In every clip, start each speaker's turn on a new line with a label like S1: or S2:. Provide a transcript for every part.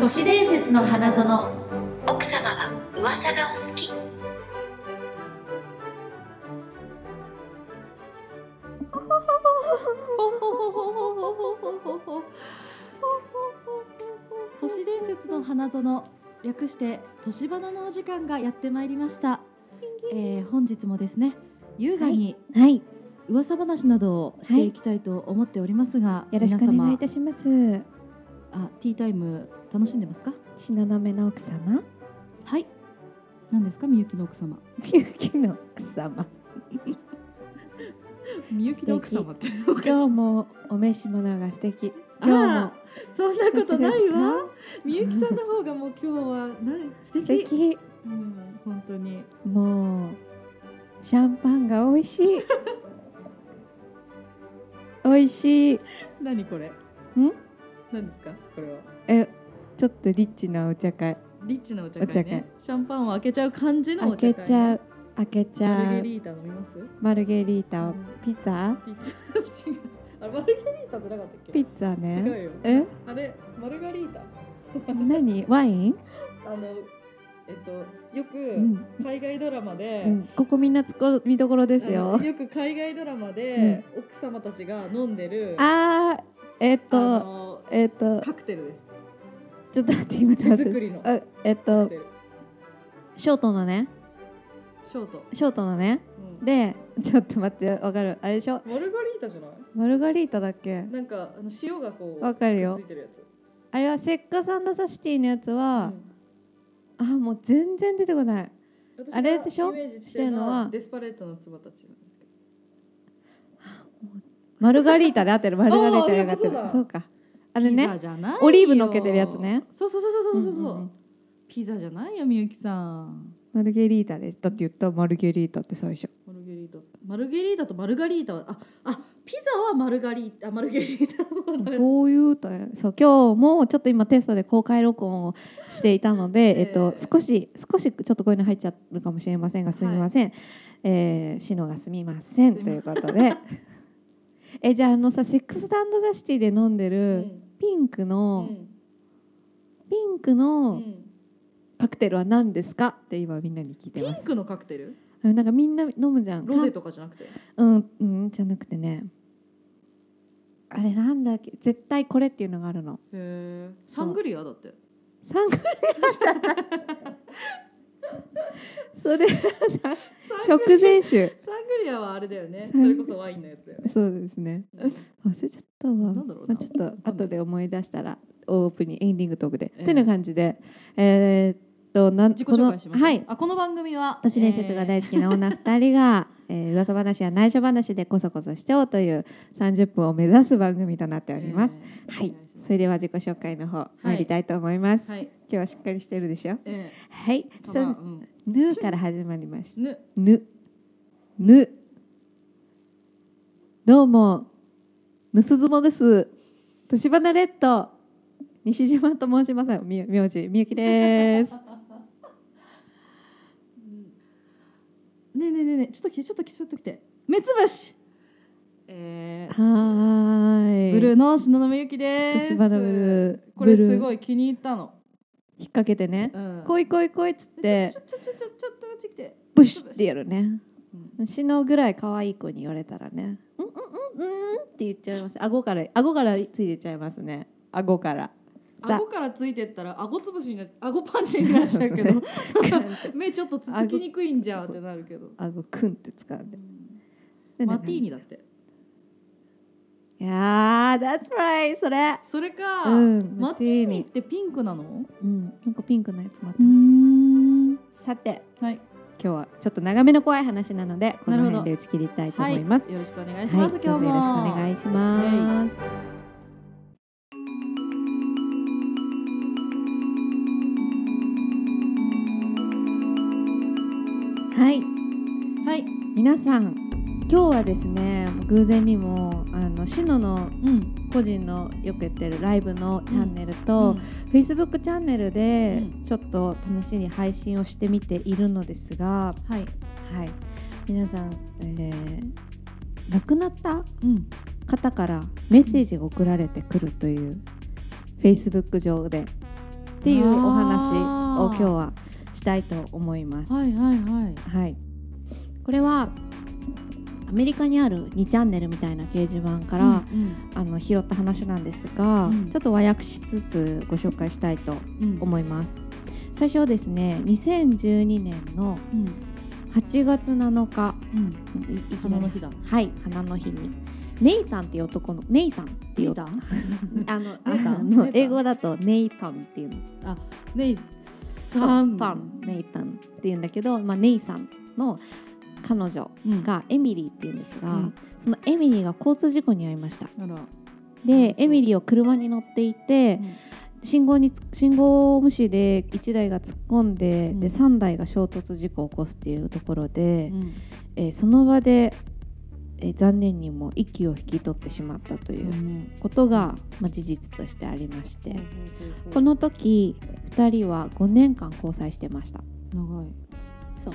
S1: 都市伝説の花園
S2: 奥様は噂がお好き
S3: 都市伝説の花園略して都市花のお時間がやってまいりました、えー、本日もですね優雅に
S4: はい、
S3: 噂話などをしていきたいと思っておりますが、
S4: よろしくお願いいた
S3: 皆様
S4: します。
S3: あティータイム楽しんでますか
S4: 東雲の奥様、
S3: はい何ですかみゆきの奥様
S4: みゆきの奥様。
S3: みゆ
S4: きの奥様
S3: って
S4: 今日もお召し物が素敵。
S3: あ
S4: 今
S3: らそんなことないわみゆきさんの方がもう今日はなん素
S4: 日も
S3: 敵
S4: 素敵。
S3: うん本当に
S4: もうシャンパンが美味 しい。美味しい。
S3: 何これん何ですかこれは
S4: え、ちょっとリッチなお茶会。
S3: リッチなお茶会ね
S4: お茶会
S3: シャンパンを開けちゃう感じのお
S4: 開
S3: 茶会
S4: けちゃう。開けち
S3: マル
S4: ゃ
S3: ゲ
S4: う。
S3: リータ飲みます
S4: マルゲリータ
S3: う
S4: を
S3: ん
S4: ピザ。
S3: ピッツァ違うあれマルゲリータじゃなかったっけ
S4: ピザね。
S3: 違うよ
S4: え、
S3: あれマルガリータ
S4: 何？ワイン？
S3: あのえっとよ
S4: う
S3: く
S4: ん。
S3: 海外ドラマで、
S4: うんここみんなつこ見どころですよ
S3: あの。よく海外ドラマで、奥様たちが飲んでる
S4: あーえっ、
S3: あ
S4: と
S3: の
S4: えっ、と
S3: カクテルです
S4: ちょっと待って今
S3: 手
S4: 出
S3: 作
S4: す
S3: りのカ
S4: あえっ、
S3: ク
S4: と
S3: テル
S4: ショートのね
S3: ショート、
S4: ショートのね
S3: うん
S4: でちょっと待ってわかるあれでしょ
S3: マルガリータじゃない
S4: マルガリータだっけ
S3: なんかあの塩がこう
S4: わかるよ
S3: ついてるやつ
S4: あれはセックスザシティのやつ
S3: う
S4: は、
S3: ん
S4: あもう全然出てこない
S3: 私
S4: あれでしょ
S3: がイメージしてるの
S4: してるの
S3: は
S4: は
S3: デスパレートの妻たちなんですけど
S4: マルガリータで合ってるマルガリータで合ってる
S3: あー
S4: そうかあれ
S3: ピザ
S4: ね
S3: じゃないよ
S4: オリーブ乗っけてるやつね
S3: そうそうそうそうそうそう,、
S4: うんうんうん
S3: ピザじゃないよみゆきさん
S4: マルゲリータですだって言ったマルゲリータって最初
S3: マルゲリータマルゲリータとマルガリータはああピザはマルガリータマルゲリータはダメ
S4: そういう歌やそう今日もちょっと今テストで公開録音をしていたので、
S3: え
S4: え
S3: え
S4: っと、少し少しちょっとこういうの入っちゃうかもしれませんがすみません、えー、シノがすみません
S3: すみません
S4: ということで えじゃああのさ「セックスザシティ」で飲んで
S3: う
S4: る
S3: ん
S4: ピンク
S3: う
S4: の、
S3: ん
S4: ピンク
S3: う
S4: の
S3: ん
S4: カクテルは何ですかって今みんなに聞いて
S3: ピ
S4: ま
S3: ン
S4: す
S3: クのカクテル
S4: なんかみんな飲むじゃん
S3: ロゼとかじゃなくて
S4: うんうんじゃなくてねあれなんだっけ絶対これっていうのがあるの
S3: へえサングリアだって
S4: サングリアそれはさ食前酒
S3: サングリアはあれだよね
S4: サン
S3: それこそワインのやつだよね
S4: そうですね
S3: うん
S4: 忘れちゃったわ
S3: なんだろうな
S4: まあ、ちょっと後で思い出したらオープニングエンディングトークで、
S3: ええ
S4: てな感じでえーっとなん
S3: 自己紹介し
S4: こ
S3: ま
S4: の
S3: す
S4: はい
S3: あこの番組は
S4: 都市伝説が大好きな女二人が、えー噂話や内緒話でこそこそしちゃおうという30分を目指す番組となっております、、
S3: えー
S4: はい
S3: お願します
S4: それでは自己紹介の方参りたいと思います、
S3: はい
S4: 今日はしっかりしてるでしょ
S3: え
S4: は
S3: ー、
S4: いそ
S3: ただ
S4: う
S3: うん
S4: ぬから始まりました
S3: ね
S4: ぬぬどうもぬすずもです年花レッド西島と申しますみ名字みゆきです
S3: ねえねえねえねえちょっと来てちょっと来てちょっと来て目つぶしえ
S4: はー
S3: ー、
S4: い
S3: ブルーの篠宮ゆきです
S4: 年花ブルー
S3: これ
S4: ブル
S3: す
S4: ー
S3: ごい気に入ったの、
S4: 引っ掛けてね
S3: うん
S4: こいこいこいっつっ
S3: で
S4: て
S3: ちょちょちょちょちょっとこっち来て、
S4: ブシュってやるね
S3: うん
S4: しのぐらい可愛い子に言われたらねうんうんうんうんって言っちゃいます顎から顎からついてちゃいますね顎 からさ
S3: 顎からついてったら顎つぶしになっ顎パンチになっちゃうけ ど目ちょっとつつきにくいんじゃんってなるけど
S4: 顎くんって使うんでで
S3: マティーニだって
S4: いやー、that's right、それ。
S3: それか、
S4: うん
S3: マティーニってピンクなの
S4: うん、なんかピンクのやつもあっ
S3: ん
S4: た。さて、
S3: はい
S4: 今日はちょっと長めの怖い話なので、こ
S3: なる
S4: の
S3: ほど
S4: 辺で打ち切りたいと
S3: は
S4: 思
S3: い
S4: います。
S3: よろしくお願いします、
S4: はい
S3: 今日も
S4: どうぞよろしくお願いします。はい、
S3: はい、
S4: 皆さん、今日はですね、偶然にもあのシノの
S3: うん、
S4: 個人のよくやってるライブのチャンネルと、
S3: うん
S4: Facebook チャンネルで
S3: うん
S4: ちょっと試しに配信をしてみているのですが、
S3: はい、
S4: はい、皆さん、えー亡くなった
S3: うん、
S4: 方からメッセージが送られてくるという Facebook 上でっていうお話
S5: あー
S4: を今日はしたいと思います。
S5: はいはいはい
S4: はい、これはアメリカにある2チャンネルみたいな掲示板から、
S5: うん
S4: あの拾った話なんですが、
S5: うん
S4: ちょっと和訳しつつご紹介したいと
S5: うんうん
S4: 思います。最初はですね2012年の
S5: うん
S4: 8月7日
S5: うん
S4: いいき
S5: 花
S4: な
S5: の
S4: り
S5: 日だ
S4: はい花の日にネイタンっていう男のネイさんって
S5: ネ
S4: いう
S5: イタン
S4: あの
S5: ネイタン
S4: あの
S5: ネイタン
S4: 英語だとネイタンっていうの
S5: ねい
S4: そう
S5: タン
S4: タンネイタンっていうんだけど、まあ、ネイさんの彼女
S5: うん
S4: がエミリーっていうんですが、
S5: うん
S4: そのエミリーが交通事故に遭いました
S5: なら
S4: でエミリーは車に乗っていて、信号につ信号無視で1台が突っ込んで,、
S5: うん
S4: で3台が衝突事故を起こすっていうところで、
S5: うん
S4: えーその場で、えー残念にも息を引き取ってしまったとい
S5: そう
S4: う
S5: ね
S4: ことが、まあ、事実としてありまして、
S5: ほうほうほう
S4: この時2人は5年間交際してました。
S5: 長い
S4: そう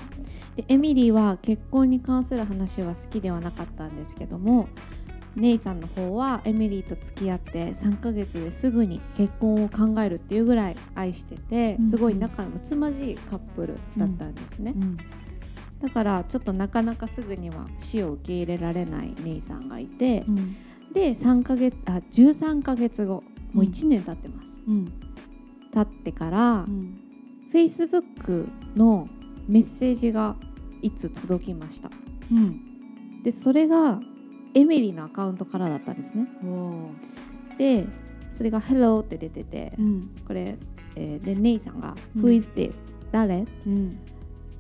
S4: でエミリーは結婚に関する話は好きではなかったんですけどもネイさんの方はエミリーと付き合って3ヶ月ですぐに結婚を考えるっていうぐらい愛してて
S5: うんうん
S4: すごい仲睦まじいカップルだったんですね、
S5: うん
S4: だからちょっとなかなかすぐには死を受け入れられないネイさんがいて、
S5: うん
S4: で3ヶ月あ13ヶ月後もう1年経ってます、
S5: うん
S4: 経ってから、
S5: うん
S4: フェ Facebook のメッセージがいつ届きました
S5: うん
S4: でそれがエミリーのアカウントからだったんですね
S5: おー
S4: でそれが「Hello」って出てて、
S5: うん
S4: これ、えーでネイさんが「
S5: うん
S4: Who is this?、誰?
S5: うん」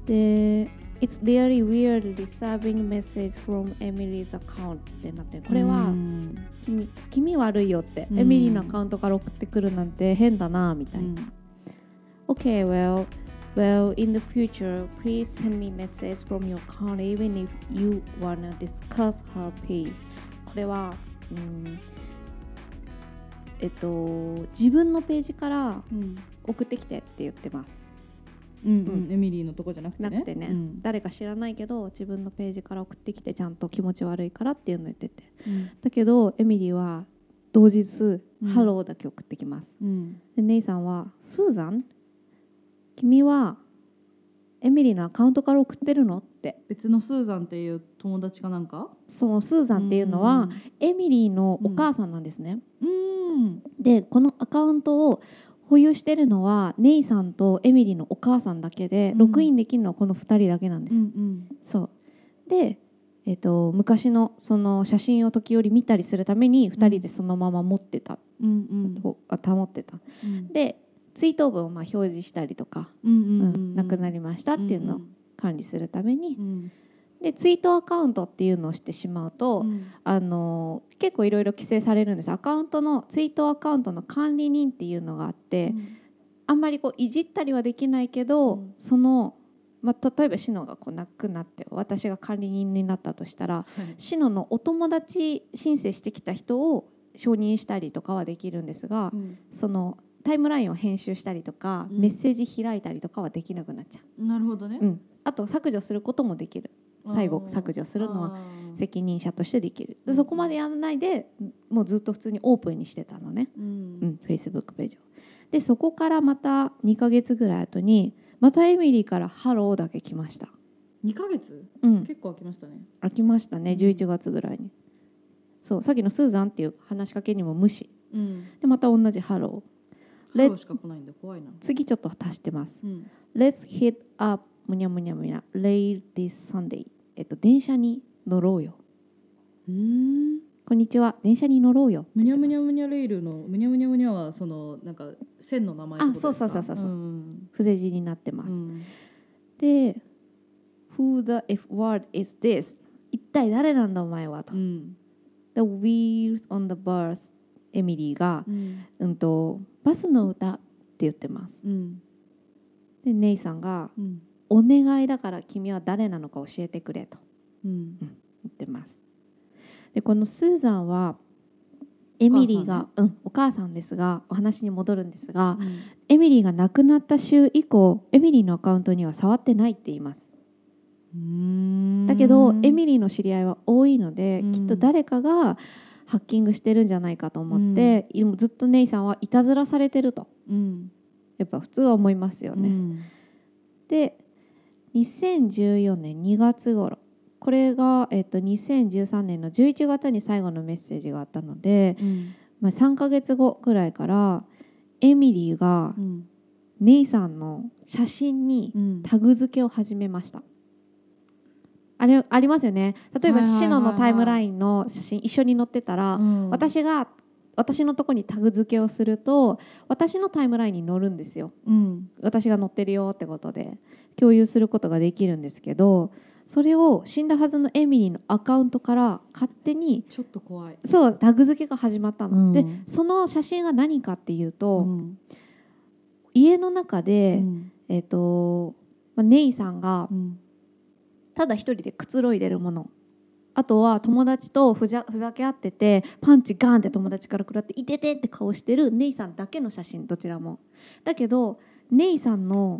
S4: で「It's really weird receiving message from Emily's account」ってなってるこれ
S5: う
S4: は
S5: ん
S4: 「君君悪いよ」って、
S5: うん
S4: エミリーのアカウントから送ってくるなんて変だなみたいな、Okay, well, well, in the future, please send me message from your account even if you wanna discuss her page. これは、うん、えっと自分のページから
S5: うん
S4: 送ってきてって言ってます。
S5: うんうんエミリーのとこじゃなくてね
S4: なくてね、
S5: うん
S4: 誰か知らないけど自分のページから送ってきてちゃんと気持ち悪いからっていうのを言ってて。
S5: うん
S4: だけどエミリーは同日、
S5: うん
S4: ハローだけ送ってきます。
S5: うん
S4: でネイさんは「スーザン君はエミリーのアカウントから送ってるの?」って
S5: 別のスーザンっていう友達かなんか
S4: そのスーザンっていうのはエミリーのお母さんなんですね。
S5: うん
S4: でこのアカウントを保有してるのはネイさんとエミリーのお母さんだけで、
S5: うん
S4: ログインできるのはこの2人だけなんで
S5: う
S4: す。
S5: ん
S4: そうでえっと昔のその写真を時折見たりするために2人でそのまま持ってた、
S5: うんうんうん
S4: ほあ保ってた
S5: うん
S4: で追悼文をまあ表示したりとか、
S5: うんう
S4: うん
S5: うん
S4: ん、亡くなりましたっていうのを管理するために、
S5: うん
S4: でツイートアカウントっていうのをしてしまうと、
S5: うんうん
S4: あのー結構いろいろ規制されるんですアカウントのツイートアカウントの管理人っていうのがあって、あんまりこういじったりはできないけど、
S5: うん
S4: その、まあ、例えばシノがこう亡くなって私が管理人になったとしたら
S5: はい
S4: シノのお友達申請してきた人を承認したりとかはできるんですが、
S5: うん
S4: そのタイムラインを編集したりとか、
S5: うん
S4: メッセージ開いたりとかはできなくなっちゃう。
S5: なるほどね
S4: うん、あと削除することもできる最後
S5: あー
S4: 削除するのは
S5: あー
S4: 責任者としてできる
S5: う
S4: で
S5: ん
S4: そこまでやらないでもうずっと普通にオープンにしてたのね、
S5: う
S4: うんん、Facebook ページをでそこからまた2ヶ月ぐらい後にまたエミリーから「ハロー」だけ来ました
S5: 二ヶ月
S4: うん
S5: 結構空きましたね
S4: 飽きましたね
S5: うん
S4: 11月ぐらいに、そうさっきのスーザンっていう話しかけにも無視
S5: うん
S4: でまた同じ「ハローレ
S5: ハローしか来ないんだ怖いな」
S4: 次ちょっと足してます
S5: うん
S4: 「Let's hit up むにゃむにゃむにゃ Late this Sunday」えっと電車に乗ろうよ
S5: うん
S4: こんにちは電車に乗ろうよって
S5: むに
S4: 言
S5: ゃ
S4: って
S5: むに
S4: ます
S5: ゃむにゃレイルのむにゃむにゃむにゃはそのなんか線の名前ってことですか
S4: あそうそうそうそうそうん伏せ字になってます、
S5: うん
S4: で「Who the F word is this?」一体誰なんだお前はと。
S5: うん、
S4: The wheels on the bus エミリーが、
S5: うん
S4: うんと「バスの歌」って言ってます。
S5: うん
S4: でネイさんが
S5: うん
S4: 「お願いだから君は誰なのか教えてくれ」と
S5: うん
S4: 言ってます。でこのスーザンはエミリーがお母,、うん、お母さんですがお話に戻るんですがエミリーが亡くなった週以降エミリーのアカウントには触ってないって言います。
S5: うん
S4: だけどエミリーの知り合いは多いので、
S5: うん
S4: きっと誰かがハッキングしてるんじゃないかと思って、いずっとネイさんはいたずらされてると
S5: うん
S4: ややっぱ普通は思いますよ
S5: う
S4: ね。
S5: ん
S4: で2014年2月頃これが、えっと、2013年の11月に最後のメッセージがあったので、
S5: うん
S4: まあ、3ヶ月後くらいからエミリーが
S5: うん
S4: 姉さんの写真に
S5: うん
S4: タグ付けを始めました。あれありますよね例えば
S5: はいはいはいはい
S4: シノのタイムラインの写真一緒に載ってたら、
S5: うん
S4: 私が私のとこにタグ付けをすると私のタイムラインに載るんですよ。
S5: うん
S4: 私が乗ってるよってことで共有することができるんですけどそれを死んだはずのエミリーのアカウントから勝手に
S5: ちょっと怖い。
S4: そうタグ付けが始まったの、
S5: うん
S4: でその写真が何かっていうと、
S5: うん
S4: 家の中で、
S5: うん
S4: えっ、と、まあ、ネイさんが
S5: うん
S4: ただ一人でくつろいでるものあとは友達とふざふざけ合っててパンチガーンって友達から食らって「いてて」って顔してるネイさんだけの写真どちらもだけどネイさんの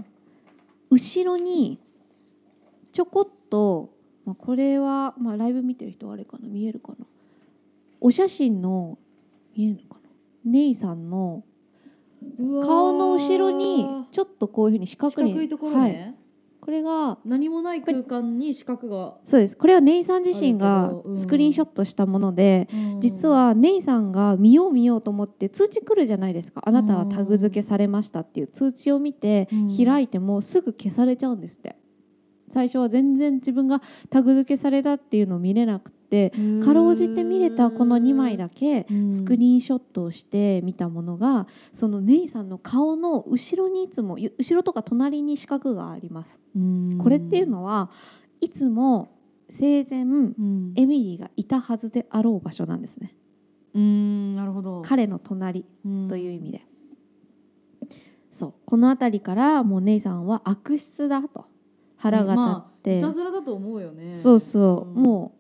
S4: 後ろにちょこっと、まあ、これは、まあ、ライブ見てる人はあれかな見えるかなお写真の見えるのかなネイさんの顔の後ろにちょっとこういうふうに四角
S5: 四
S4: に
S5: 角いところ
S4: はい、
S5: ね。
S4: これが
S5: 何もない空間に四角が。
S4: そうですこれはネイさん自身
S5: ある
S4: が
S5: けどうん
S4: スクリーンショットしたもので、
S5: うん
S4: 実はネイさんが見よう見ようと思って通知来るじゃないですかあなたはタグ付けされましたっていう通知を見て
S5: うん
S4: 開いてもすぐ消されちゃうんですって最初は全然自分がタグ付けされたっていうのを見れなくてかろうじて見れたこの2枚だけ
S5: うん
S4: スクリーンショットをして見たものがそのネイさんの顔の後ろにいつもゆ後ろとか隣に四角があります。
S5: うん
S4: これっていうのはいつも生前
S5: うん
S4: エミリーがいたはずであろう場所なんですね
S5: うんなるほど。
S4: 彼の隣というう意味で、そうこの辺りからもう姉さんは悪質だと腹が立って、
S5: ん。いたずらだと思うよね。
S4: そうそう、
S5: ん
S4: も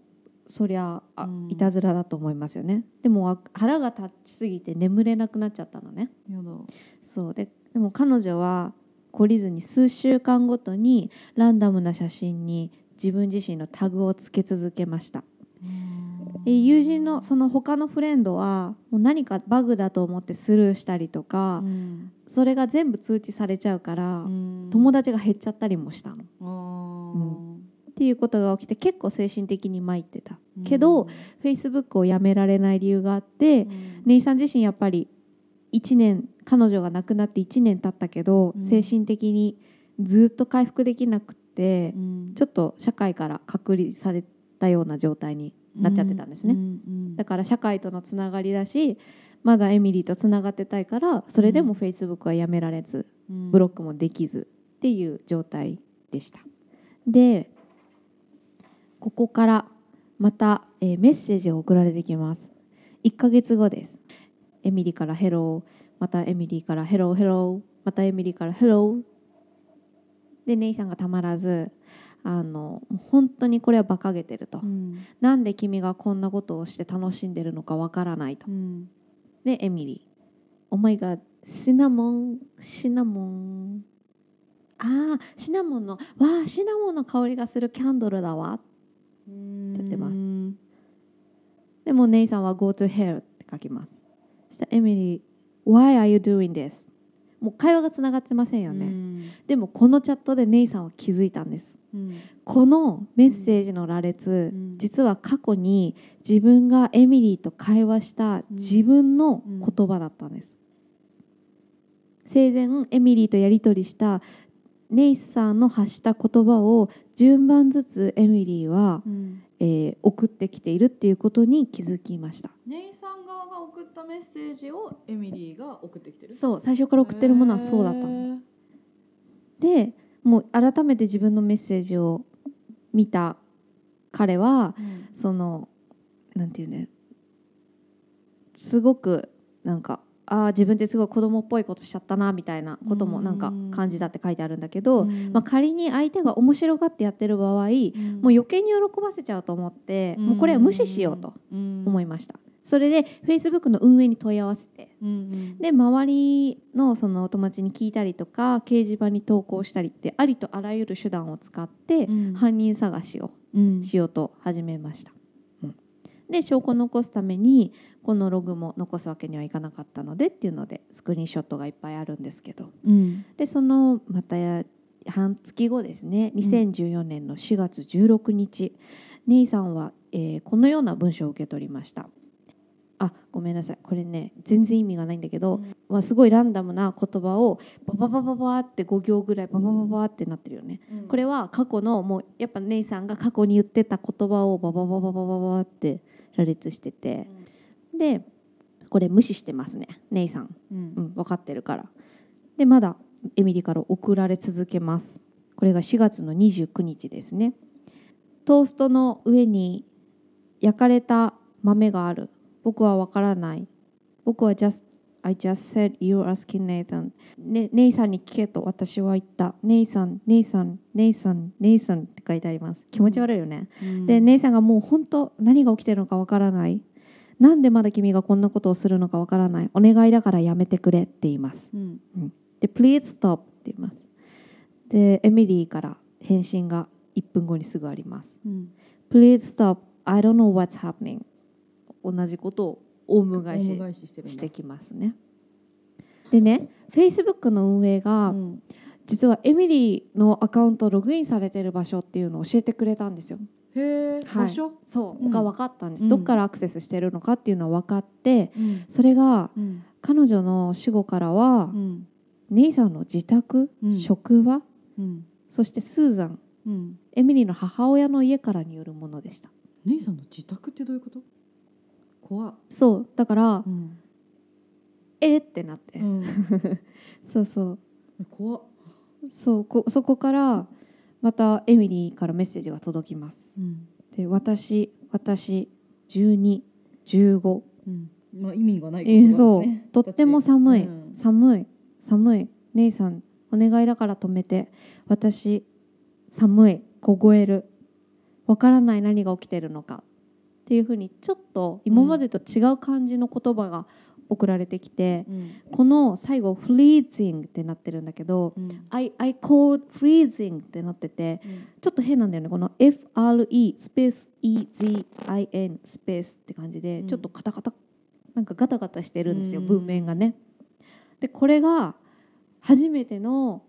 S4: うそりゃあ、
S5: うん
S4: いたずらだと思いますよねでもあ腹が立ちすぎて眠れなくなっちゃったのね
S5: やだ。
S4: そうででも彼女は懲りずに数週間ごとにランダムな写真に自分自身のタグをつけ続けましたえー友人のその他のフレンドはもう何かバグだと思ってスルーしたりとか、
S5: うん
S4: それが全部通知されちゃうから、友達が減っちゃったりもしたの。
S5: あ
S4: う
S5: ー
S4: っていうことが起きて結構精神的に参ってたけど、Facebook をやめられない理由があって、
S5: うん
S4: ネイさん自身やっぱり1年彼女が亡くなって1年経ったけど、
S5: うん
S4: 精神的にずっと回復できなくて、
S5: うん
S4: ちょっと社会から隔離されたような状態になっちゃってたんですね
S5: ううん
S4: だから社会とのつながりだしまだエミリーとつながってたいからそれでも Facebook はやめられず
S5: うん
S4: ブロックもできずっていう状態でした。でここからまた、えーメッセージを送られてきます。1ヶ月後です。エミリーからヘローまたエミリーからヘローヘローまたエミリーからヘローでネイさんがたまらずあの本当にこれは馬鹿げてると。
S5: うん
S4: なんで君がこんなことをして楽しんでるのかわからないと
S5: う。ん
S4: で、エミリー。お前がシナモン、シナモン。ああ、シナモンの、わあ、シナモンの香りがするキャンドルだわ。立てます
S5: うん
S4: でも、ネイさんは Go to hell って書きます。そしたらエミリー、Why are you doing this? もう会話がつながってませんよね。でも、このチャットでネイさんは気づいたんです。
S5: うん
S4: このメッセージの羅列、
S5: ん
S4: 実は過去に自分がエミリーと会話した自分の
S5: うん
S4: 言葉だったんです、生前エミリーとやり取りしたネイスさんの発した言葉を順番ずつエミリーは、
S5: うん
S4: えー送ってきているっていうことに気づきました
S5: ネイさん側が送ったメッセージをエミリーが送ってきてる
S4: そう最初から送ってるものはそうだったん
S5: ん
S4: でもう改めて自分のメッセージを見た彼はそのなんていうねすごくなんかああ自分ってすごい子供っぽいことしちゃったなみたいなこともなんか
S5: うん
S4: 感じたって書いてあるんだけど、
S5: うん
S4: まあ、仮に相手が面白がってやってる場合、もう余計に喜ばせちゃうと思って、もうこれは無視しようと思いました。それで Facebook の運営に問い合わせて
S5: うん
S4: で周りのそのお友達に聞いたりとか掲示板に投稿したりってありとあらゆる手段を使って
S5: うん
S4: 犯人探しを
S5: うん
S4: しようと始めました、で証拠を残すためにこのログも残すわけにはいかなかったのでっていうのでスクリーンショットがいっぱいあるんですけど
S5: うん
S4: でそのまたや半月後ですね
S5: ん
S4: 2014年の4月16日、ネイさんは、えーこのような文章を受け取りましたあごめんなさいこれね全然意味がないんだけど、
S5: うん
S4: まあ、すごいランダムな言葉をババババババって5行ぐらいバババババってなってるよねこれは過去のもうやっぱネイさんが過去に言ってた言葉をバババババババって羅列しててでこれ無視してますねネイさん
S5: うん
S4: うん、分かってるからでまだエミリから送られ続けますこれが4月の29日ですねトーストの上に焼かれた豆がある僕は分からない僕は just I just said you're asking Nathan ねネイさんに聞けと私は言ったネイさんネイさんネイさんネイさんって書いてあります気持ち悪いよね、
S5: うん
S4: で姉さんがもう本当何が起きてるのかわからないなんでまだ君がこんなことをするのかわからないお願いだからやめてくれって言います
S5: うん
S4: で「Please stop」って言いますでエミリーから返信が1分後にすぐあります
S5: うん
S4: 「Please stop I don't know what's happening」同じことをオウム返
S5: 恩
S4: し
S5: 返ししてるん
S4: し
S5: だ
S4: てきますねでね Facebook の運営が、
S5: うん
S4: 実はエミリーのアカウントログインされてる場所っていうのを教えてくれたんですよ
S5: へえ
S4: はい
S5: 場所
S4: そう、
S5: うん
S4: が分かったんです、
S5: うん
S4: どっからアクセスしてるのかっていうのは分かって
S5: うん
S4: それが
S5: うん
S4: 彼女の死後からは、
S5: うん
S4: 姉さんの自宅、
S5: うん
S4: 職場
S5: うん
S4: そしてスーザン
S5: うん
S4: エミリーの母親の家からによるものでした
S5: 姉さんの自宅ってどういうこと怖っ
S4: そうだから
S5: うん
S4: えーってなって、
S5: うん
S4: そうそう
S5: 怖っ
S4: そうこそこからまたエミリーからメッセージが届きます
S5: うん
S4: で私私
S5: う
S4: 1215
S5: んまあ意味がない
S4: え
S5: 言葉ですね
S4: そうとっても寒い、
S5: うん
S4: 寒い寒い姉さんお願いだから止めて私寒い凍えるわからない何が起きてるのかっていうふうにちょっと今までと違う感じの言葉が送られてきて、
S5: うん
S4: この最後「freezing」ってなってるんだけど
S5: うん
S4: 「I, I call freezing」ってなっててちょっと変なんだよねこの FRE スペース EZIN スペースって感じで、
S5: うん
S4: ちょっとカタカタなんかガタガタしてるんですよ、
S5: うん
S4: 文面がね。でこれが初めての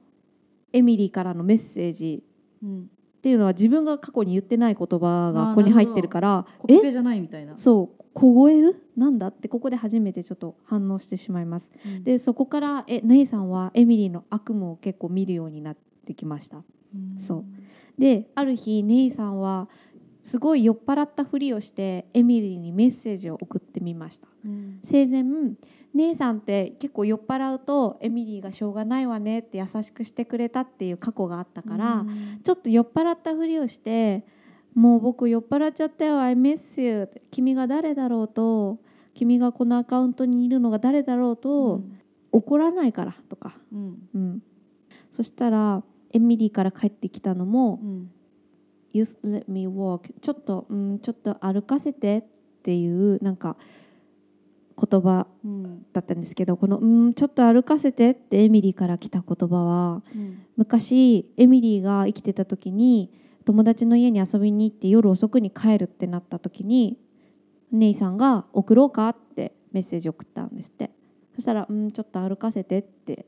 S4: エミリーからのメッセージ
S5: うん
S4: っていうのは自分が過去に言ってない言葉がここ
S5: あーな
S4: に
S5: るほ
S4: 入
S5: ど
S4: ってるから
S5: コピ
S4: え
S5: ペじゃないみたいな
S4: そう凍えるなんだってここで初めてちょっと反応してしまいます。
S5: うん
S4: でそこからえ姉さんはエミリーの悪夢を結構見るようになってきました。
S5: うん
S4: そうである日ネイさんはすごい酔っ払ったふりをしてエミリーにメッセージを送ってみました
S5: うん
S4: 生前姉さんって結構酔っ払うとエミリーがしょうがないわねって優しくしてくれたっていう過去があったから、
S5: うん
S4: ちょっと酔っ払ったふりをしてもう僕酔っ払っちゃったよ I miss you 君が誰だろうと君がこのアカウントにいるのが誰だろうと、怒らないからとか、
S5: うん
S4: うん、そしたらエミリーから帰ってきたのも、
S5: うん、
S4: You s let me walk ちょっと、うん、ちょっと歩かせてっていうなんか言葉
S5: うん
S4: だったんですけどこの、うん、ちょっと歩かせてってエミリーから来た言葉は
S5: うん
S4: 昔エミリーが生きてた時に友達の家に遊びに行って夜遅くに帰るってなった時に姉さんが「送ろうか?」ってメッセージ送ったんですってそしたら「うんちょっと歩かせて」って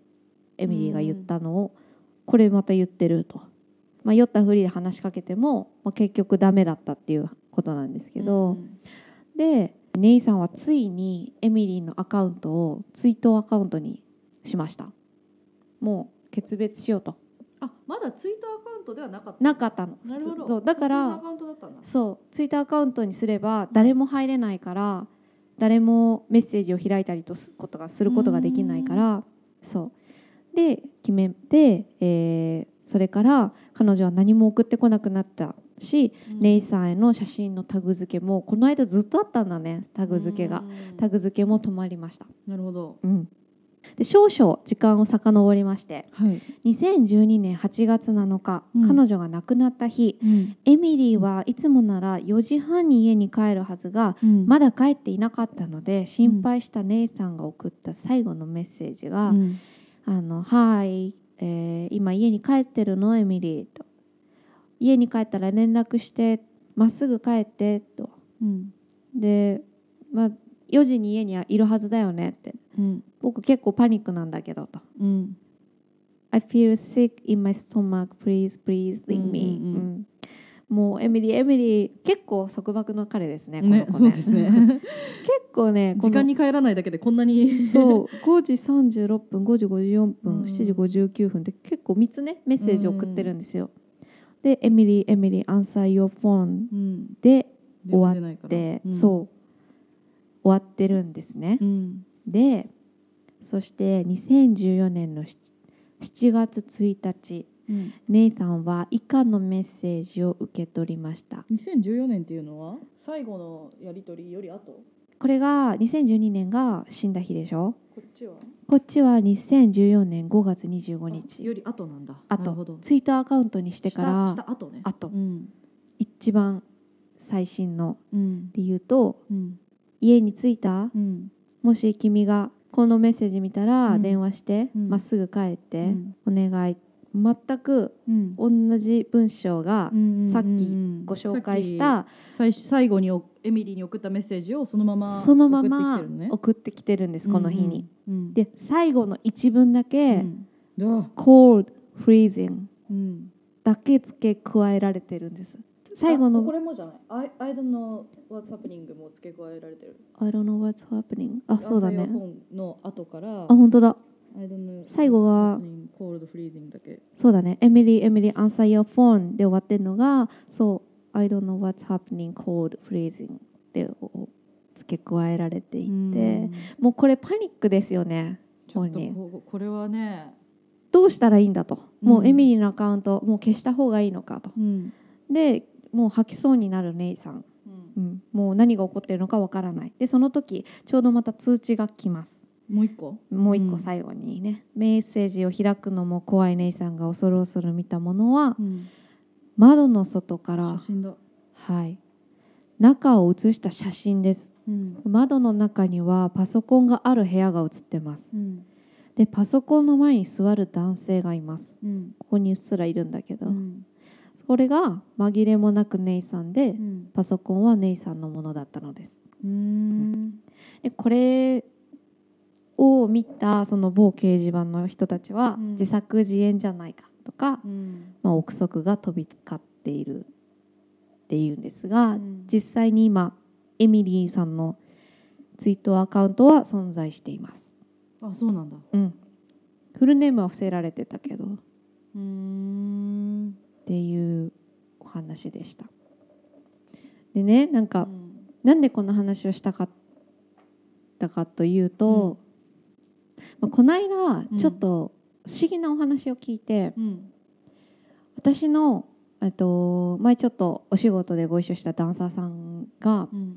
S4: エミリーが言ったのを、これまた言ってると、まあ、酔ったふりで話しかけても、まあ、結局ダメだったっていうことなんですけ
S5: う
S4: ど、
S5: ん
S4: で姉さんはついにエミリーのアカウントを追悼アカウントにしましたもう決別しようと
S5: あまだツイートアカウントではなかった
S4: なかったの
S5: なるほど
S4: そうだ
S5: 普通の
S4: から
S5: アカウントだったんだ
S4: そうツイッターアカウントにすれば誰も入れないから誰もメッセージを開いたりとすことがすることができないからそうで決めて、えーそれから彼女は何も送ってこなくなったし、ネイさんへの写真のタグ付けもこの間ずっとあったんだねタ
S5: タ
S4: グ付けがタグ付けも止まりました、
S5: なるほど
S4: うん、で少々時間を遡りまして
S5: はい、
S4: 2012年8月7日、
S5: うん
S4: 彼女が亡くなった日、
S5: うん
S4: エミリーはいつもなら4時半に家に帰るはずが
S5: うん
S4: まだ帰っていなかったので心配したネイさんが送った最後のメッセージが「
S5: うん
S4: あのはい、えー今家に帰ってるのエミリー」と「家に帰ったら連絡してまっすぐ帰って」と
S5: うん
S4: で、まあ、4時に家にいるはずだよねって
S5: うん
S4: 僕結構パニックなんだけどと
S5: うん
S4: I feel sick in my stomach please please leave me、
S5: うんうんうん
S4: うんもうエミリーエミリー結構束縛の彼ですねこの
S5: ね
S4: 子
S5: そ
S4: ね
S5: うです ね
S4: 結構ねこ
S5: 時
S4: の
S5: 間に帰らないだけでこんなに
S4: そう5時36分5時54
S5: う
S4: 分、
S5: ん
S4: 7時59分で結構3つねメッセージ送ってるんですよ、で「エミリーエミリー answer your phone
S5: う、ん、」
S4: で
S5: 電話出ないから
S4: で、
S5: うん、
S4: そう終わってるんですね、
S5: うん、
S4: でそして2014年のし7月1日
S5: うん、
S4: ネイサンは以下のメッセージを受け取りました
S5: 2014年っていうのは最後のやり取りより後
S4: これが2012年が死んだ日でしょ
S5: こっちは
S4: こっちは2014年5月25日
S5: より後なんだ
S4: あ
S5: なるほ
S4: と
S5: ど
S4: ツイートアカウントにしてか
S5: した
S4: ら
S5: した後ね
S4: 後
S5: うん
S4: 一番最新の
S5: うん
S4: で言うと
S5: うん
S4: 家に着いた
S5: うん
S4: もし君がこのメッセージ見たら
S5: うん
S4: 電話して
S5: うん
S4: ま、っすぐ帰っ
S5: う
S4: て
S5: ん
S4: お願い全く
S5: うん
S4: 同じ文章が
S5: うん
S4: さっき
S5: うん
S4: ご紹介し
S5: さ
S4: た
S5: っき最最後におエミリーに送ったメッセージをそのまま
S4: そのまま
S5: 送ってきてるね
S4: 送ってきてるんですこの日に。
S5: うんうん、
S4: で最後の一文だ
S5: う
S4: け
S5: んどう
S4: 「cold freezing
S5: うん」
S4: だけ付け加えられてるんです。最後
S3: こ
S4: の
S3: れもじゃない。I, I don't know what's happening も付け加えられてる。
S4: 「I don't know what's happening」あそうだね
S3: 朝。本の後から
S4: あ、本当だ
S3: I don't know
S4: 最後は
S3: cold freezing だけ。
S4: そうだね。エミリー、エミリー、アンサー your phone で終わってんのが、そう、I don't know what's happening, cold, freezing で付け加えられていて、
S5: うん
S4: もうこれパニックですよね。
S5: ちょっと
S4: 本人
S5: ここれはね、
S4: どうしたらいいんだと。
S5: うん
S4: もうエミリーのアカウント、もう消した方がいいのかと。
S5: うん
S4: で、もう吐きそうになるネイさん。うん、もう何が起こってるのかわからない。で、その時、ちょうどまた通知が来ます。
S5: もう一個
S4: もう一
S5: う
S4: 個
S5: ん
S4: 最後にね、メッセージを開くのも怖いネイさんが恐る恐る見たものは、窓の外から
S5: 写真だ、
S4: はい、中を写した写真です
S5: うん
S4: 窓の中にはパソコンがある部屋が写ってます
S5: うん
S4: でパソコンの前に座る男性がいます
S5: うん
S4: ここにうっすらいるんだけど、
S5: うん
S4: それが紛れもなくネイさんで、
S5: うん
S4: パソコンはネイさんのものだったのです
S5: うん
S4: でこれを見たその某掲示板の人たちは、
S5: うん
S4: 自作自演じゃないかとか、
S5: うん
S4: まあ、憶測が飛び交っているっていうんですが、
S5: うん
S4: 実際に今エミリーさんのツイートアカウントは存在しています、
S5: あそうなんだ
S4: うん、フルネームは伏せられてたけどっ
S5: うん
S4: ていうお話でしたでねなん
S5: う
S4: か
S5: ん
S4: なんでこんな話をしたかったかというと、まあ、この間
S5: うん
S4: ちょっと不思議なお話を聞いて、
S5: うん
S4: 私のえっと前ちょっとお仕事でご一緒したダンサーさんが
S5: うん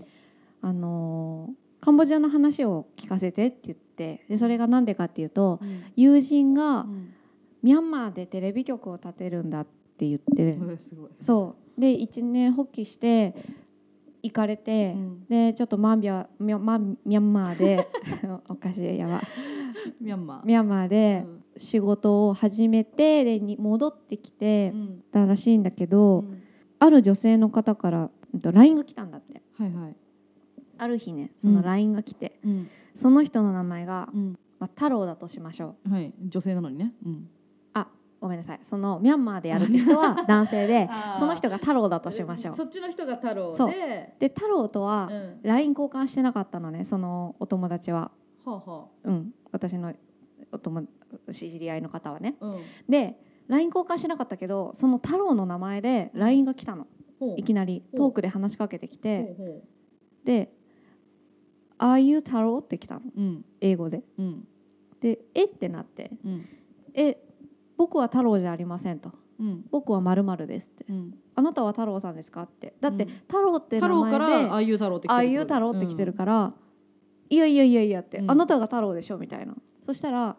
S4: あのカンボジアの話を聞かせてって言ってでそれが何でかっていうと友人が
S5: うん
S4: ミャンマーでテレビ局を立てるんだって言って
S5: うんすごい
S4: そうで一年発起して行かれて
S5: うん
S4: でちょっとマンビャミャマンミャンマーで おかしいやば
S5: ミャンマー
S4: ミャンマーで仕事を始めてでに戻ってきて
S5: うん
S4: たらしいんだけ
S5: う
S4: ど
S5: ん
S4: ある女性の方からうんと LINE が来たんだって
S5: はいはい
S4: ある日ねその LINE が来て
S5: うん
S4: その人の名前が、
S5: うん
S4: まあ、太郎だとしましょう
S5: はい女性なのにねうん
S4: ごめんなさいそのミャンマーでやるって人 は男性で
S5: あー
S4: その人が太郎だとしましょう
S5: そっちの人が太郎
S4: そう
S5: で
S4: で太郎と
S5: う
S4: は
S5: ん
S4: LINE 交換してなかったのねそのお友達は
S5: はあは
S4: うん私のお友知り合いの方はね
S5: あうん
S4: で LINE 交換してなかったけどその太郎の名前で LINE が来たの
S5: ほう
S4: いきなり
S5: ほう
S4: トークで話しかけてきて
S5: ほうほ
S4: で「Are you 太郎?」って来たの
S5: ううん
S4: 英語で
S5: うん
S4: で「えっ?」てなって
S5: うん
S4: 「え僕は太郎じゃありません」と
S5: うん
S4: 「僕はまるです」って
S5: うん
S4: あなたは太郎さんですかってだって、
S5: うん
S4: 太郎って名
S5: 太郎
S4: 前で
S5: からああいう太郎って来てる
S4: ああいう太郎って来てる
S5: か
S4: から、いやいやいやいやって、
S5: うん
S4: あなたが太郎でしょみたいなそしたら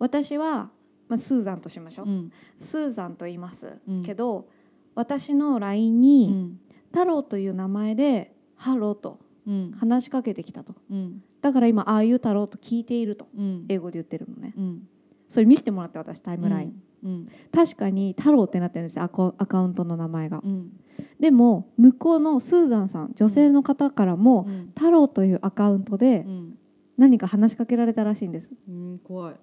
S4: 私は、まあ、スーザンとしましょ
S5: ら
S4: う、
S5: うん
S4: スーザンと言います、
S5: うん
S4: けど私の LINE
S5: う
S4: に、
S5: ん
S4: 太郎という名前でハローと
S5: うん
S4: 話しかけてきたと
S5: うん
S4: だから今ああいう太郎と聞いていると
S5: うん
S4: 英語で言ってるのね
S5: うん
S4: それ見せてもらって私タイムライン、
S5: うん
S4: 確かに太郎ってなってるんですよアコアカウントの名前が
S5: うん
S4: でも向こうのスーザンさん女性の方からも
S3: うん
S4: 太郎というアカウントで
S3: うん
S4: 何か話しかけられたらしいんです
S3: うん怖い、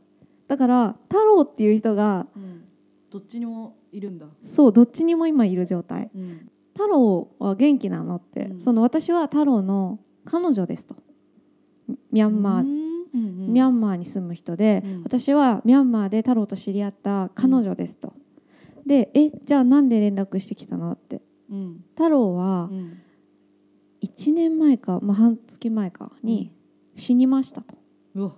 S4: だから太郎っていう人が
S3: うん、どっちにもいるんだ、
S4: そうどっちにも今いる状態
S3: うん
S4: 太郎は元気なのって、
S3: うん
S4: その私は太郎の彼女ですとミャンマー、
S3: うん
S4: ミャ
S3: ン
S4: ンマーに住む人で、
S3: うん
S4: 私はミャンマーで太郎と知り合った彼女ですと、でえじゃあなんで連絡してきたのって
S3: うん
S4: 太郎は
S3: うん
S4: 1年前か、まあ、半月前かに死にましたと、
S3: うわ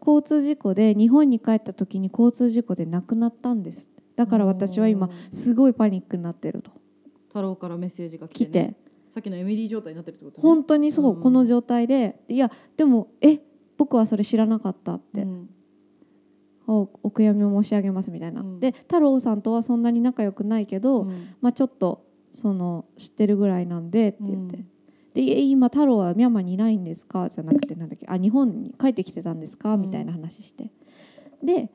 S4: 交通事故で日本に帰った時に交通事故で亡くなったんですってだから私は今
S3: おー
S4: すごいパニックになってると
S3: 太郎からメッセージが
S4: 来
S3: 来て,、
S4: て
S3: さっきのエミリー状態になってるってこと、ね、
S4: 本当にそう、
S3: うん
S4: この状態でいやでもえ僕はそれ知らなかったって、
S3: うん
S4: おお悔やみを申し上げますみたいな、
S3: うん
S4: で太郎さんとはそんなに仲良くないけど、
S3: うん
S4: まあ、ちょっとその知ってるぐらいなんでって言って、
S3: うん
S4: でえ今太郎はミャンマーにいないんですかじゃなくてなんだっけあ日本に帰ってきてたんですか
S3: うん
S4: みたいな話して、で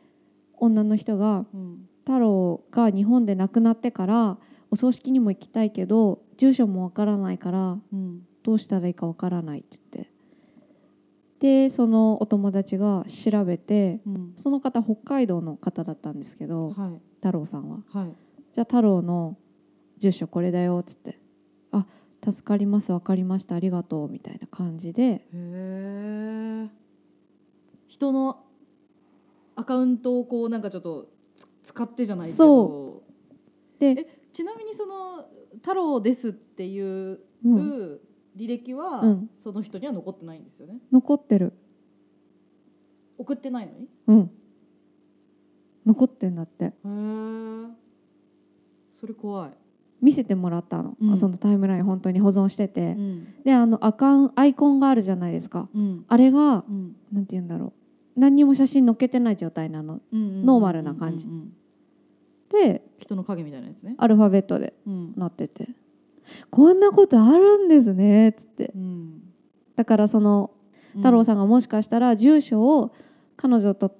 S4: 女の人が
S3: うん
S4: 太郎が日本で亡くなってからお葬式にも行きたいけど住所もわからないから
S3: うん
S4: どうしたらいいかわからないって言ってでそのお友達が調べて
S3: うん
S4: その方北海道の方だったんですけど
S3: はい
S4: 太郎さんは
S3: はい
S4: じゃあ太郎の住所これだよっつって「あ助かります分かりましたありがとう」みたいな感じで
S3: へえ人のアカウントをこうなんかちょっとつ使ってじゃないけど
S4: そで
S3: えちなみにその「太郎です」っていう
S4: うん
S3: 履歴は、
S4: うん
S3: その人には残ってないんですよね
S4: 残ってる
S3: 送ってないのに
S4: うん残ってんだって
S3: へえそれ怖い、
S4: 見せてもらったの、
S3: うん
S4: そのタイムライン本当に保存してて、
S3: ん
S4: であのアカウンアイコンがあるじゃないですか
S3: うん
S4: あれが
S3: うん
S4: なんて言うんだろう何にも写真載っけてない状態なの
S3: うん
S4: ノーマルな感じ
S3: うんうん
S4: で
S3: 人の影みたいなやつね、
S4: アルファベットで
S3: うん
S4: なってて「こんなことあるんですね」っつって
S3: うん、
S4: だからその太郎
S3: ん
S4: さんがもしかしたら住所を彼女と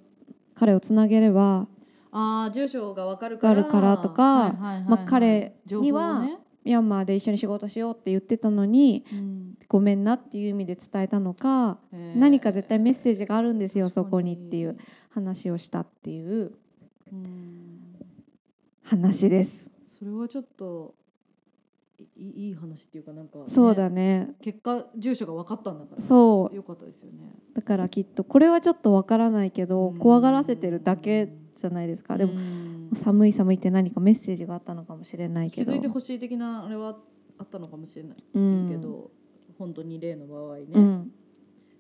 S4: 彼をつなげれば、
S3: あー住所が分かるから
S4: わかるからとか
S3: はいはいはいはい
S4: まあ彼に
S3: 情報
S4: は
S3: をね
S4: ミャンマーで一緒に仕事しようって言ってたのに
S3: うん
S4: ごめんなっていう意味で伝えたのか、
S3: えー
S4: 何か絶対メッセージがあるんですよ、
S3: 確か
S4: そこにっていう話をしたっていう
S3: うん
S4: 話です。
S3: それはちょっといいいい話っていうかなんか、ね、
S4: そうだね
S3: 結果住所が分かったんだから
S4: そう
S3: よかったですよね
S4: だからきっとこれはちょっとわからないけど
S3: うん
S4: 怖がらせてるだけじゃないですかでも
S3: うん
S4: 寒い寒いって何かメッセージがあったのかもしれない
S3: 気
S4: けど
S3: づいてほしい的なあれはあったのかもしれない
S4: うん
S3: けど、本当に例の場合ね、
S4: うん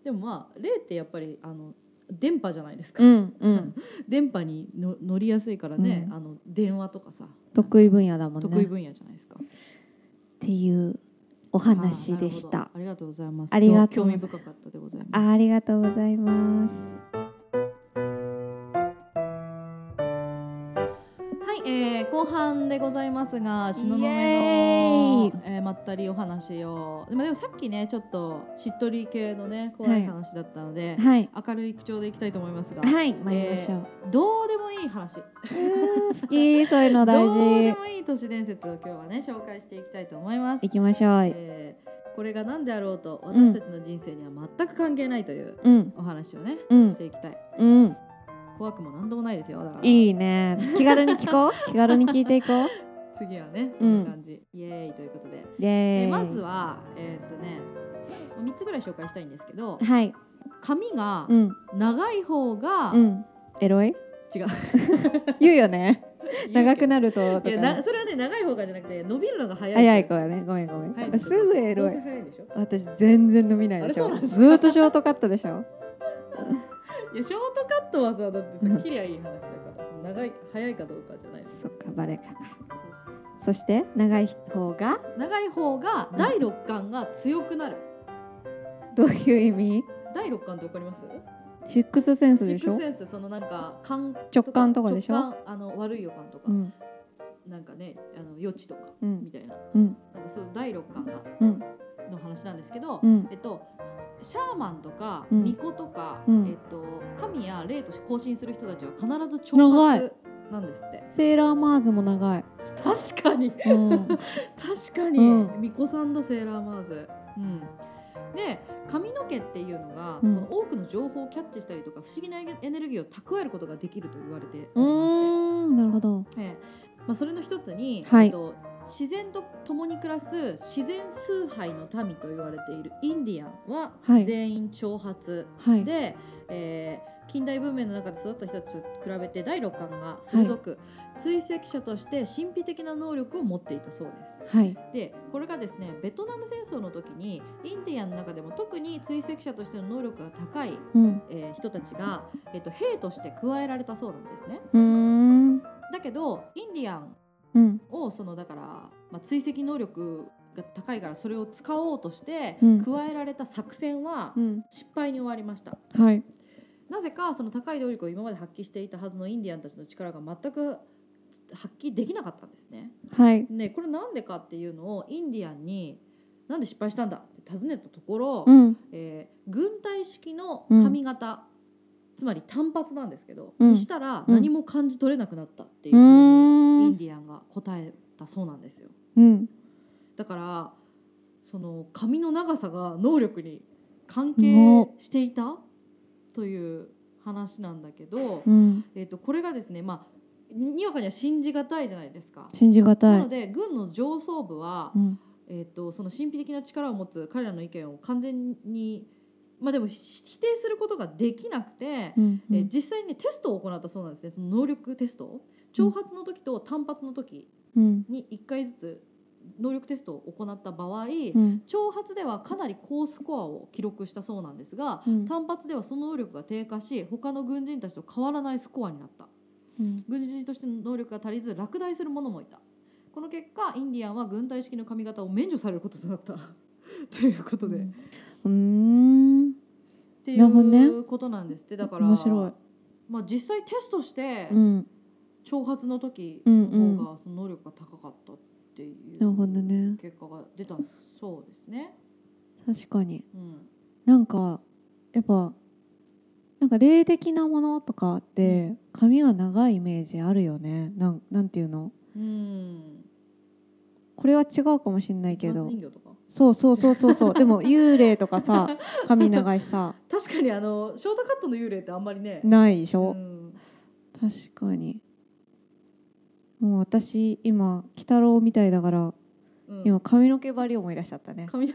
S3: でもまあ例ってやっぱりあの電波じゃないですか、
S4: うんうん
S3: 電波にの乗りやすいからね、
S4: うん
S3: あの電話とかさ
S4: 得意分野だもんね
S3: 得意分野じゃないですか
S4: っていうお話でし
S3: あーなるほ
S4: た
S3: ど。ありがとうございます。
S4: ありがとう
S3: 興味深かったでございます。
S4: あありがとうございます。
S3: はい、えー後半でございますが、東雲の
S4: イエ
S3: えーまったりお話を、まあでもさっきねちょっとしっとり系のね怖
S4: はい
S3: い話だったので、
S4: はい。
S3: 明るい口調でいきたいと思います が、
S4: はい、参りましょう。
S3: どうでもいい話、
S4: うーん好き、そういうの大
S3: どうで
S4: 事。
S3: もいい都市伝説を今日はね紹介していきたいと思います
S4: 行。きましょう。
S3: えーこれが何であろうと私たちの人生には全く関係ないという
S4: うん、
S3: お話をね、
S4: うん
S3: していきたい。
S4: うん、
S3: 怖くもなんでもないですよ。だから
S4: いいね。気軽に聞こう。気軽に聞いていこう。
S3: 次はねそ
S4: うん
S3: んな感じ、イエーイということで、
S4: イエー
S3: え
S4: イ。
S3: まずはえーっとね3つぐらい紹介したいんですけど
S4: はい、
S3: 髪が
S4: うん、
S3: 長い方が、
S4: うん。エロい？
S3: 違う
S4: 言うよね。長く
S3: い
S4: なるととか
S3: い
S4: ね
S3: やなそれはね長い方がじゃなくて伸びるのが早い
S4: 早い子はね。ごめんごめん。
S3: 早い
S4: すぐエロ
S3: どうせ
S4: い。
S3: 早いんでしょ
S4: 私全然伸びないでし
S3: あ
S4: ょ
S3: れそうなん。ですか
S4: ずーっとショートカットでしょ。
S3: いやショートカットはさだって
S4: う
S3: さ
S4: ん
S3: 切りゃいい話だからその長い早いかどうかじゃないです
S4: そっかバレたか。そして長い方が
S3: 長い方が第六感が強くなる、
S4: どういう意味？
S3: 第六感ってわかります
S4: シックスセンス
S3: シ
S4: で
S3: ッ
S4: し
S3: ク
S4: ょ
S3: スセ？ンスそのなんか感
S4: 直感とかでしょ？
S3: 直感あの悪い予感とか、
S4: うん
S3: なんかねあの予知とか
S4: うん
S3: みたいな
S4: うん
S3: なんかそういう第六感が
S4: うん
S3: の話なんですけど、
S4: うん
S3: えっと、シシャーマンとか
S4: うん
S3: 巫女とか、
S4: うん
S3: えっと、神や霊として交信する人たちは必ず
S4: 長
S3: 長
S4: い
S3: 髪なんですって
S4: セーラーマーズも長い。
S3: 確かに
S4: うん
S3: 確かに、
S4: うん
S3: 巫女さんとセーラーマーズ、うん、で髪の毛っていうのが、
S4: うん
S3: この多くの情報をキャッチしたりとか不思議なエネルギーを蓄えることができると言われており
S4: う
S3: ま
S4: ーんなるほど
S3: して、ええまあ、それの一つに、
S4: はい
S3: えっと自然と共に暮らす自然崇拝の民と言われているインディアンは
S4: はい
S3: 全員長髪
S4: はい
S3: で、えー近代文明の中で育った人たちと比べて第六感が鋭く、追跡者として神秘的な能力を持っていたそうです。
S4: はい
S3: でこれがですねベトナム戦争の時にインディアンの中でも特に追跡者としての能力が高い、
S4: うん
S3: えー人たちが、えっと兵として加えられたそうなんですね。
S4: うーん
S3: だけどインディアン
S4: うん
S3: をそのだから、まあ、追跡能力が高いからそれを使おうとして
S4: うん
S3: 加えられた作戦は
S4: うん
S3: 失敗に終わりました。
S4: はい
S3: なぜかその高い能力を今まで発揮していたはずのインディアンたちの力が全く発揮できなかったんですね。
S4: はい
S3: ねこれなんでかっていうのをインディアンに「なんで失敗したんだ?」って尋ねたところ、
S4: うん
S3: えー軍隊式の髪型、つまり単発なんですけど、
S4: うん
S3: にしたら
S4: うん
S3: 何も感じ取れなくなったっていう
S4: う
S3: ふうにイン
S4: ーん
S3: ディアンが答えたそうなんですよ。
S4: うん
S3: だからその髪の長さが能力に関
S4: も
S3: 係していたという話なんだけど、
S4: うん
S3: えー、とこれがですねまあにわかには信じがたいじゃないですか。
S4: 信じがた
S3: なの
S4: い
S3: で軍の上層部は、
S4: うん
S3: えー、とその神秘的な力を持つ彼らの意見を完全にまあでもし否定することができなくて、
S4: うんう
S3: えー
S4: ん
S3: 実際にねテストを行ったそうなんですねその能力テストを長髪の時と単髪の時
S4: うん
S3: に1回ずつ能力テストを行った場合、
S4: うん
S3: 長髪ではかなり高スコアを記録したそうなんですが
S4: うん
S3: 単髪ではその能力が低下し他の軍人たちと変わらないスコアになった。
S4: うん
S3: 軍人としての能力が足りず落第する者もいたこの結果インディアンは軍隊式の髪型を免除されることとなった ということで、っ
S4: うーん
S3: てい
S4: なるほどね
S3: うことなんですってだから
S4: 面白い
S3: まあ、実際テストして
S4: うん
S3: 挑発の時
S4: うん
S3: の
S4: うん
S3: 方がその能力が高かったってい
S4: なるほど
S3: う
S4: ね
S3: 結果が出たそうですね。
S4: 確かに
S3: うん
S4: なんかやっぱなんか霊的なものとかって髪が長いイメージあるよねなんなんていうの
S3: うん
S4: これは違うかもしんない
S3: ダ
S4: け
S3: ン
S4: ど
S3: ス人形とか
S4: そうそうそうそうそうで も幽霊とかさ髪長いさ
S3: 確かにあのショートカットの幽霊ってあんまりね、
S4: ないでし
S3: う
S4: ょ、
S3: ん、
S4: 確かにもう私今鬼太郎みたいだから
S3: うん
S4: 今髪の毛張り思い出しちゃったね
S3: 髪の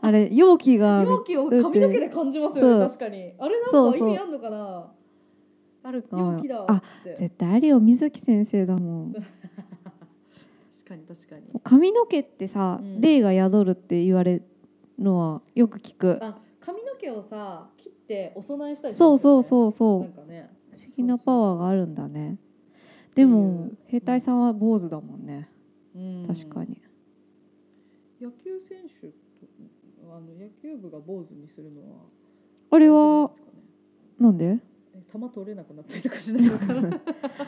S4: あれ容器が
S3: 容器を髪の毛で感じますよ
S4: う
S3: ね
S4: ん
S3: 確かにあれな
S4: そ
S3: ん
S4: う
S3: か
S4: そう
S3: 意味あんのかな
S4: あるか
S3: 容器だわ
S4: あ
S3: って
S4: 絶対あるよ水木先生だもん
S3: 確かに確かに
S4: 髪の毛ってさ、
S3: うん
S4: 霊が宿るって言われるのはよく聞く
S3: あ髪の毛をさ切ってお供えしたりするん
S4: そう
S3: だよ
S4: そう
S3: ね
S4: そうそう
S3: なんかね
S4: 不思議なパワーがあるんだねでも兵隊さんは坊主だもんね、
S3: うん
S4: 確かに
S3: 野球選手とあの野球部が坊主にするのは
S4: あ
S3: あ
S4: れはなん で
S3: 球取れなくなったりとかしないのか な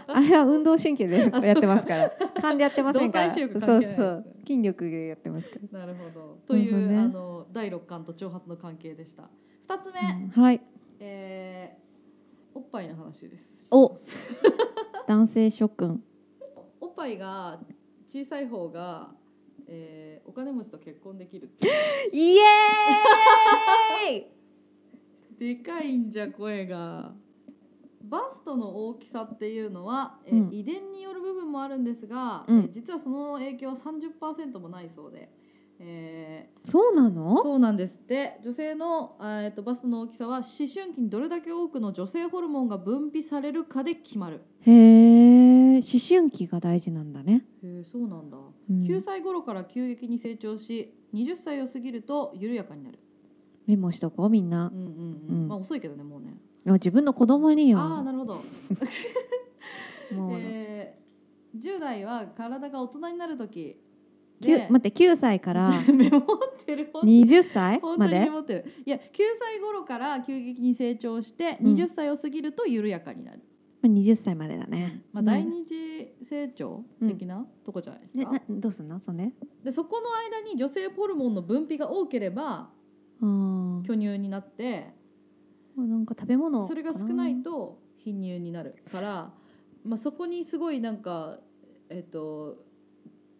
S4: あれは運動神経で
S3: あ
S4: やってますから勘でやってませんから
S3: 動体視力
S4: そ
S3: 関
S4: う
S3: 係ない
S4: そう筋力でやってますから
S3: なるほどとい
S4: なるほ
S3: う、
S4: どね
S3: あの第六感と挑発の関係でした二つ目、
S4: うんはい
S3: えーおっぱいの話です
S4: お男性諸君
S3: おっぱいが小さい方が、えーお金持ちと結婚できるっていう
S4: イエーイ
S3: でかいんじゃ声がバストの大きさっていうのは、えー
S4: うん
S3: 遺伝による部分もあるんですが、
S4: うん
S3: えー実はその影響は30%もないそうで、えー
S4: そうなの
S3: そうなんですって女性の、あーえー、とバストの大きさは思春期にどれだけ多くの女性ホルモンが分泌されるかで決まる。
S4: へえ思春期が大事なんだね、
S3: へーそうなんだ、
S4: うん
S3: 9歳頃から急激に成長し20歳を過ぎると緩やかになる。
S4: メモしとこうみんな
S3: うんうんうん
S4: うん
S3: まあ遅いけどねもうね。
S4: あ自分の子供によ
S3: ああなるほど。
S4: もう、
S3: えー、10代は体が大人になる時
S4: きゅ
S3: で
S4: 待って9歳から
S3: メモってる本当に
S4: 20歳
S3: 本当
S4: ま
S3: に
S4: で
S3: メモってる。いや9歳頃から急激に成長して
S4: うん
S3: 20歳を過ぎると緩やかになる。
S4: まあ20歳までだね、
S3: まあ第二次成長的なとこじゃないです
S4: で
S3: か。
S4: などうすんのそれ
S3: でそこの間に女性ホルモンの分泌が多ければ
S4: あー
S3: 巨乳になって
S4: なんか食べ物
S3: それが少ないと貧乳になるから、まあ、そこにすごいなんかえっと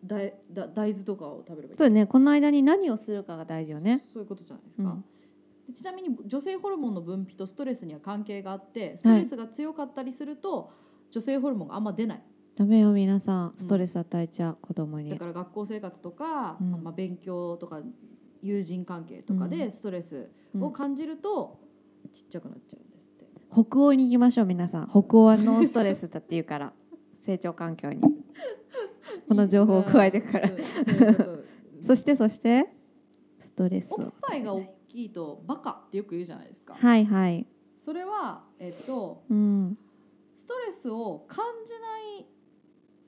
S3: だいだ大豆とかを食べればいい
S4: そうだねこの間に何をするかが大事よね
S3: そういうことじゃないですか、
S4: うん
S3: でちなみに女性ホルモンの分泌とストレスには関係があってストレスが強かったりすると、女性ホルモンがあんま出ない
S4: ダメよ皆さんストレス与えちゃう、子供
S3: だ
S4: に
S3: から学校生活とか、
S4: うん
S3: まあ、勉強とか友人関係とか
S4: う
S3: で
S4: ん
S3: ストレス
S4: うん
S3: を感じるとちっちゃくなっちゃうんですって、
S4: 北欧に行きましょう皆さん北欧はノンストレスだって言うから 成長環境にこの情報を加えてくから
S3: そうそういうこと
S4: そしてそしてストレス
S3: おっ
S4: を
S3: ぱいが大きいとバカってよく言うじゃないですか、
S4: はいはい
S3: それはえっと
S4: うん
S3: ストレスを感じない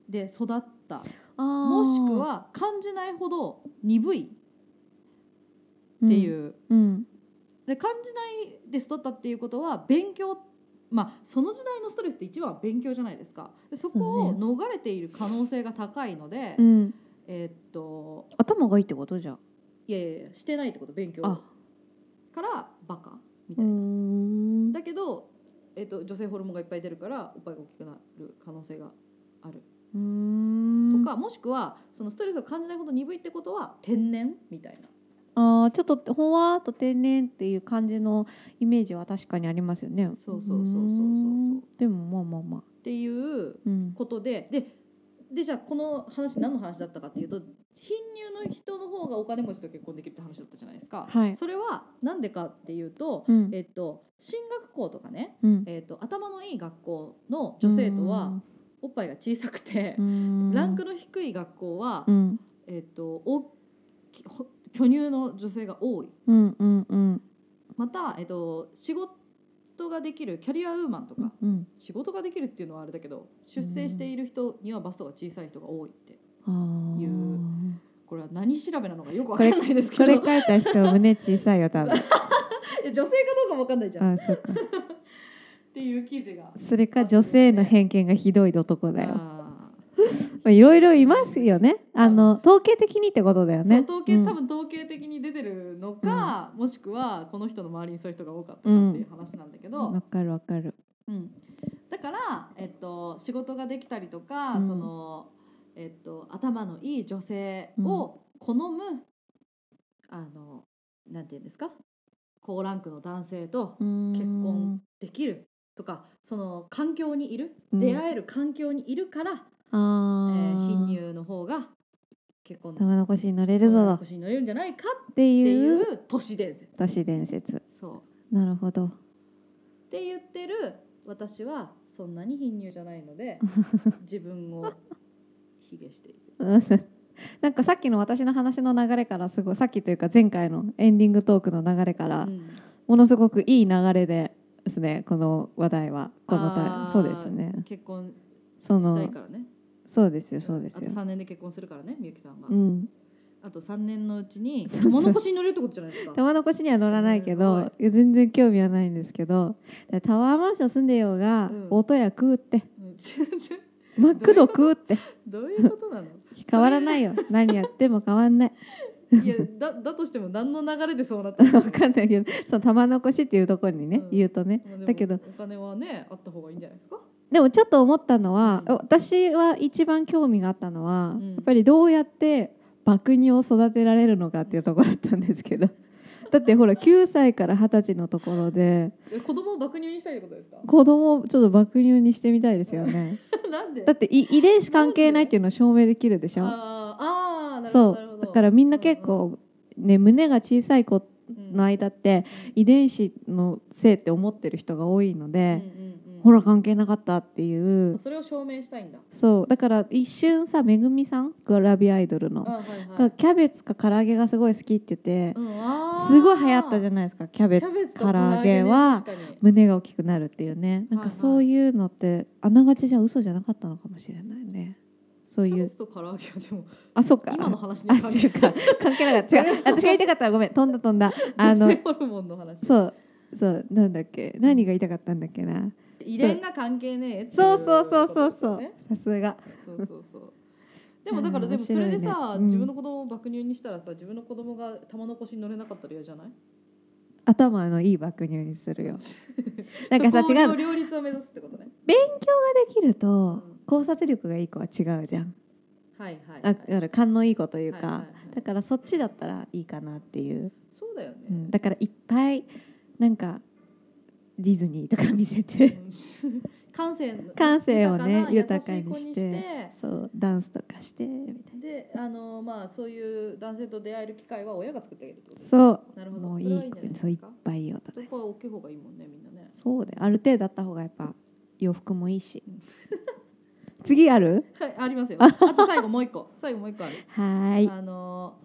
S3: で育った
S4: あ
S3: もしく
S4: っ、
S3: は感じないほど鈍いっていうう、
S4: うんうん
S3: で感じないで育ったっていうことは勉強まあその時代のストレスって一番は勉強じゃないですかでそこを
S4: そう
S3: 逃れている可能性が高いので、
S4: うん、
S3: えーっと
S4: 頭がいいってことじゃん
S3: いやいやいやしてないってこと勉強
S4: あ
S3: からバカみた
S4: う
S3: いな、
S4: ん
S3: だけど、えーっと女性ホルモンがいっぱい出るからおっぱいが大きくなる可能性があると
S4: と
S3: か、もしくはそのストレスを感じないほど鈍いってことは天然みたいな
S4: あーちょっとほわーっと天然っていう感じのイメージは確かにありますよね。
S3: そうそうそうそうそうそう
S4: ーんでもまあまあまあ。
S3: っていう
S4: うん。
S3: ことでででじゃあこの話何の話だったかっていうと貧乳の人の方がお金持ちと結婚できるって話だったじゃないですか、
S4: はい
S3: それは何でかっていうと、
S4: うん。
S3: えっと、進学校とかね、
S4: うん
S3: えっと、頭のいい学校の女性とはおっぱいが小さくて
S4: う、ん、
S3: ランクの低い学校は、
S4: うん
S3: えっと、大きほ巨乳の女性が多い
S4: うんうんうん
S3: また、えっと、仕事ができるキャリアウーマンとか、
S4: うん。
S3: 仕事ができるっていうのはあれだけど出生している人にはバストが小さい人が多いって
S4: あー
S3: いうこれは何調べなのかよくわ
S4: こ
S3: か
S4: れ
S3: らないですけ
S4: こ
S3: ど
S4: れ
S3: 女
S4: 書いた人胸小さい よ多分。
S3: 性かどうかもわかんないじゃんっ
S4: あそうか。
S3: ていう記事が
S4: それか女性の偏見がひどい男だよ。ま
S3: あ
S4: あいろいろいますよね。あの統計的にってことだよ
S3: ー
S4: ね。
S3: そう統計、
S4: うん
S3: 多分統計的に出てるのか、もしくはこの人の周りにそういう人が多かったかっていう話なんだけど、
S4: わかるわかる。
S3: うん、だから、えっと、仕事ができたりとか、
S4: うん
S3: そのえっと、頭のいい女性を好む、あのなんていうんですか高ランクの男性と
S4: 結
S3: 結婚できるとかその環境にいる、
S4: うん
S3: 出会える環境にいるから、え
S4: ああ、
S3: ー貧乳の方が結婚
S4: 玉の腰に乗れるぞ
S3: 腰に乗れるんじゃないかっ
S4: って
S3: て
S4: い
S3: いうう都市伝説
S4: 都市伝説
S3: そう
S4: なるほど
S3: って言ってる私はそんなに貧乳じゃないの で自分を卑下している
S4: うんなんかさっきの私の話の流れからすごいさっきというか前回のエンディングトークの流れから
S3: うん
S4: ものすごくいい流れでですねこの話題はこの
S3: あ
S4: た
S3: ー
S4: そうですね
S3: 結婚
S4: そ
S3: した
S4: の
S3: いからね
S4: そうですよそうですよ
S3: あと3年で結婚するからねみゆきさんが、
S4: うん
S3: あと3年のうちに
S4: そうそう
S3: 物腰に乗れるってことじゃないですか
S4: 玉の腰には乗らないけ
S3: す
S4: どいや全然興味はないんですけどタワーマンション住んでようが
S3: うん
S4: 音や食うって
S3: うんちょっと
S4: マックド食うって
S3: どういうことなの
S4: 変わらないよ何やっても変わんない
S3: いやだだとしても何の流れでそうなったの
S4: わかんないけどその玉の腰っていうところにね、
S3: うん
S4: 言うとね
S3: まあでも
S4: だけど
S3: お金はねあった方がいいんじゃないですか
S4: でもちょっと思ったのは、
S3: うん
S4: 私は一番興味があったのは、
S3: うん
S4: やっぱりどうやって爆乳を育てられるのかっていうところだったんです けどだってほら9歳から20歳のところで
S3: え子供を爆乳にしたいってことですか
S4: 子供をちょっと爆乳にしてみたいですよね
S3: なんで
S4: だってい遺伝子関係ないっていうのを証明できるでしょ
S3: あーあーなるほどな
S4: そ
S3: るほ
S4: う
S3: ど
S4: だからみんな結構、ね、胸が小さい子の間って遺伝子のせいって思ってる人が多いので、ほら関係なかったっていう
S3: それを証明したいんだ。
S4: そうだから一瞬さめぐみさんグラビアアイドルの、
S3: あはいは
S4: が
S3: い。
S4: キャベツか唐揚げがすごい好きって言って、
S3: うんあー
S4: すごい流行ったじゃないですかキャベ
S3: キ
S4: ツ
S3: ャベツ
S4: 唐揚げは
S3: と唐揚げね確かに
S4: 胸が大きくなるっていうねなん
S3: はいは
S4: か
S3: い
S4: そういうのってあながちじゃ嘘じゃなかったのかもしれないねそう
S3: キャ
S4: い
S3: ベ
S4: う
S3: ツと唐揚げはでも
S4: あそっか
S3: 今の話に
S4: あ
S3: は関
S4: 違
S3: 係
S4: う か関係なかった違う私が言いたかったらごめん飛んだ飛んだあ
S3: 女
S4: の
S3: 性ホルモンの話。
S4: そうそうなんだっけ何が言いたかったんだっけな
S3: 遺伝が関係ねえってい
S4: そうそうそうそう
S3: こと
S4: そう
S3: ですよね
S4: さすが
S3: そうそうそう。でもだからでも
S4: 面
S3: そ
S4: 白い
S3: れ
S4: ね
S3: でさ、
S4: うん
S3: 自分の子供を爆乳にしたらさ自分の子供が玉の腰に乗れなかったら嫌じゃない？
S4: 頭のいい爆乳にす るよなんかさ
S3: そこ
S4: 違
S3: を
S4: うの
S3: 両立を目指すってことね。
S4: 勉強ができる
S3: うん
S4: と考察力がいい子は違うじゃん
S3: ははいはいはい
S4: あだから勘のいい子という
S3: は
S4: か
S3: いはいはい
S4: だからそっちだったらいいかなっていう、
S3: そうだよね、
S4: うん、だからいっぱいなんかディズニーとか見せて
S3: 感性の
S4: 感性をね
S3: 豊
S4: 豊
S3: か
S4: か
S3: な
S4: に
S3: 優しい子
S4: してそうダンスとかしてみたい
S3: であのまあそういう男性と出会える機会は親が作ってあげるってこと
S4: な
S3: ね
S4: そ
S3: なる
S4: う
S3: ほど
S4: もうい
S3: それはいんじゃな
S4: 子そう
S3: で
S4: いっ
S3: すか
S4: ぱい大人
S3: やっぱ大きい方がいいもんねみんなね
S4: そうだよある程度だった方がやっぱ洋服もいいし 次ある
S3: はいありますよあと最後もう一個最後もう一個ある
S4: はーい
S3: あの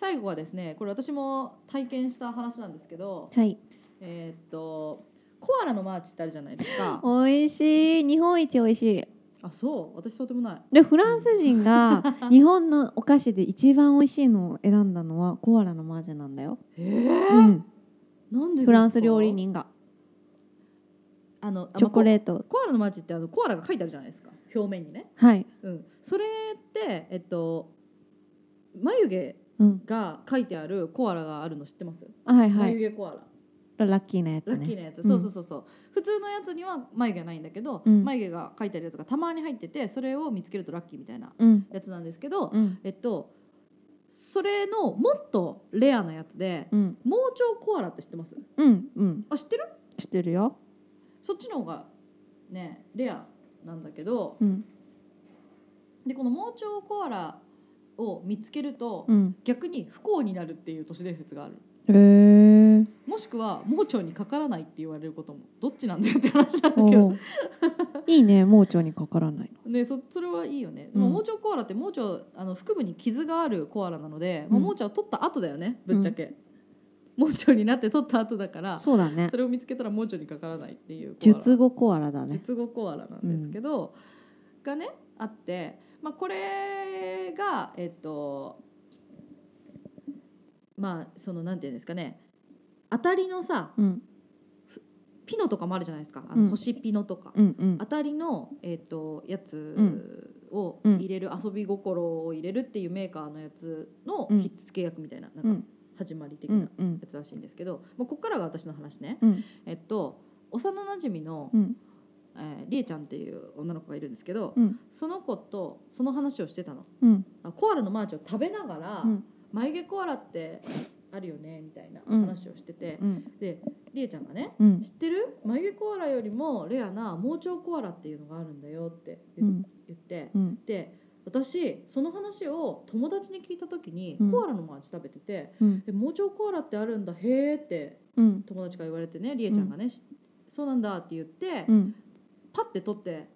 S3: 最後はですねこれ私も体験した話なんですけど
S4: はい
S3: えーっとコアラのマーチってあるじゃないです か
S4: 美味しい日本一美味しい
S3: あそう私そうでもない
S4: でフランス人 が日本のお菓子で一番美味しいのを選んだのはコアラのマージャなんだよ、
S3: えー、
S4: うん、
S3: なんでですか
S4: フランス料理人が
S3: あの
S4: チョコレ
S3: ー
S4: ート
S3: コアラのマーチってあのコアラが書いてあるじゃないですか表面にね
S4: はい、
S3: うんそれってえっと眉毛
S4: うん、
S3: が書いてあるコアラがあるの知ってます、
S4: はいはい
S3: 眉毛コアラ
S4: ラッキーなやつ
S3: ラッキー
S4: ね
S3: なやつ、
S4: うん
S3: そうそうそうそう普通のやつには眉毛はないんだけど、
S4: うん
S3: 眉毛が書いてあるやつがたまに入っててそれを見つけるとラッキーみたいな
S4: うん
S3: やつなんですけど、
S4: うん
S3: えっとそれのもっとレアなやつで
S4: うん
S3: 盲腸コアラって知ってます
S4: うんうん
S3: あ知ってる
S4: 知ってるよ
S3: そっちの方がねレアなんだけど
S4: うん
S3: でこの盲腸コアラを見つけると、
S4: うん
S3: 逆に不幸になるっていう都市伝説がある
S4: へえ
S3: もしくは盲腸にかからないって言われることもどっちなんだよって話なんだけど
S4: おういいね盲腸にかからない
S3: ねそそれはいいよね、
S4: うん
S3: もう盲腸コアラって盲腸あの腹部に傷があるコアラなので、まあ
S4: うん
S3: 盲腸を取った後だよねぶっちゃけ、盲腸になって取った後だからそ
S4: そうだね
S3: れを見つけたら盲腸にかからないっていうコアラ
S4: 術後コアラだね
S3: 術後コアラなんですけど、がねあって、まあ、これがえっとまあそのなんていうんですかね当たりのさ
S4: うん
S3: ピノとかもあるじゃないですかあ
S4: うん
S3: の星ピノとか、
S4: うんうん
S3: 当たりの、えっとやつ
S4: ん
S3: を
S4: うん
S3: 入れる、遊び心を入れるっていうメーカーのやつの
S4: うん
S3: ひっつけ役みたいなな
S4: うん
S3: か
S4: ん
S3: 始まり的
S4: う
S3: なや
S4: んうん
S3: つらしいんですけど、まあ、ここからが私の話ね。
S4: うん
S3: えっと幼なじみの、
S4: うん
S3: えー、りえちゃんっていう女の子がいるんですけど、
S4: うん
S3: その子とその話をしてたの
S4: うん
S3: あコアラのマーチを食べながら、
S4: うん
S3: 眉毛コアラってあるよねみたいな
S4: うん
S3: 話をしてて、
S4: うん
S3: でりえちゃんがね
S4: うん
S3: 知ってる眉毛コアラよりもレアな盲腸コアラっていうのがあるんだよって
S4: う
S3: 言,、
S4: ん
S3: って
S4: うん
S3: で私その話を友達に聞いた時に、
S4: うん
S3: コアラのマーチ食べてて
S4: うん
S3: 「え盲腸コアラってあるんだへーって
S4: うん
S3: 友達から言われてねりえちゃんがね、しそうなんだって言って、
S4: うん
S3: パッて取って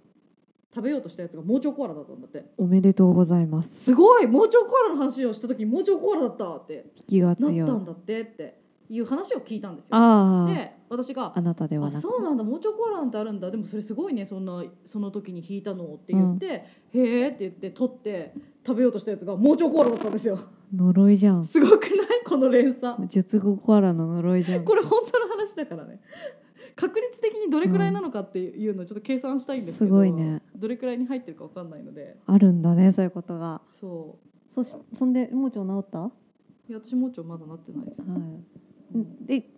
S3: 食べようとしたやつが盲腸コアラだったんだって
S4: おめでとうございます
S3: すごい盲腸コアラの話をした時に盲腸コアラだったって
S4: 引きが
S3: な
S4: 強
S3: っ
S4: い
S3: たんだってっていう話を聞いたんですよ
S4: ああ
S3: で私が
S4: あなたでは
S3: あ
S4: なく
S3: そうなんだ盲腸コアラなんてあるんだでもそれすごいねそんなその時に引いたのって言って、へえって言って取って食べようとしたやつが盲腸コアラだったんですよ
S4: 呪いじゃん
S3: すごくないこの連鎖
S4: 術後コアラの呪いじゃん
S3: これ本当の話だからね確率的にどれくらいなのかっていうのをちょっと計算したいんですけど、
S4: すごいね
S3: どれくらいに入ってるかわかんないので
S4: あるんだねそういうことが
S3: そ
S4: そしそんで盲腸治った、は
S3: ういや私盲腸まだなってないです、
S4: い、で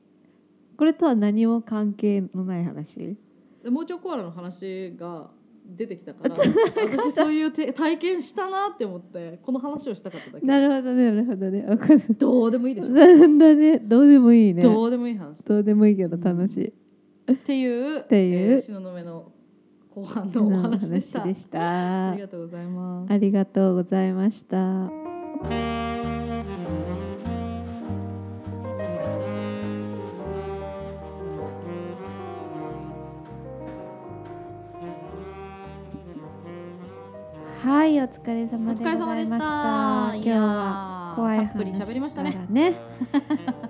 S4: これとは何も関係のない話
S3: で盲腸コアラの話が出てきたから 私そういうて体験したなって思ってこの話をしたかっただけ
S4: なるほどねなるほどねわかる
S3: どうでもいいでしょ
S4: なんだねどうでもいいね
S3: どうでもいい話
S4: どうでもいいけど楽しい
S3: っていうって
S4: いう
S3: 東雲の後半のお話でした
S4: 話でした
S3: ありがとうございます
S4: ありがとうございました。はい、お疲れ
S3: お
S4: 様で
S3: 疲
S4: ござ
S3: れ様で
S4: いまし。
S3: したた
S4: 今日は怖い
S3: やー
S4: 話
S3: たっぷり喋りました
S4: か
S3: ね
S4: らね。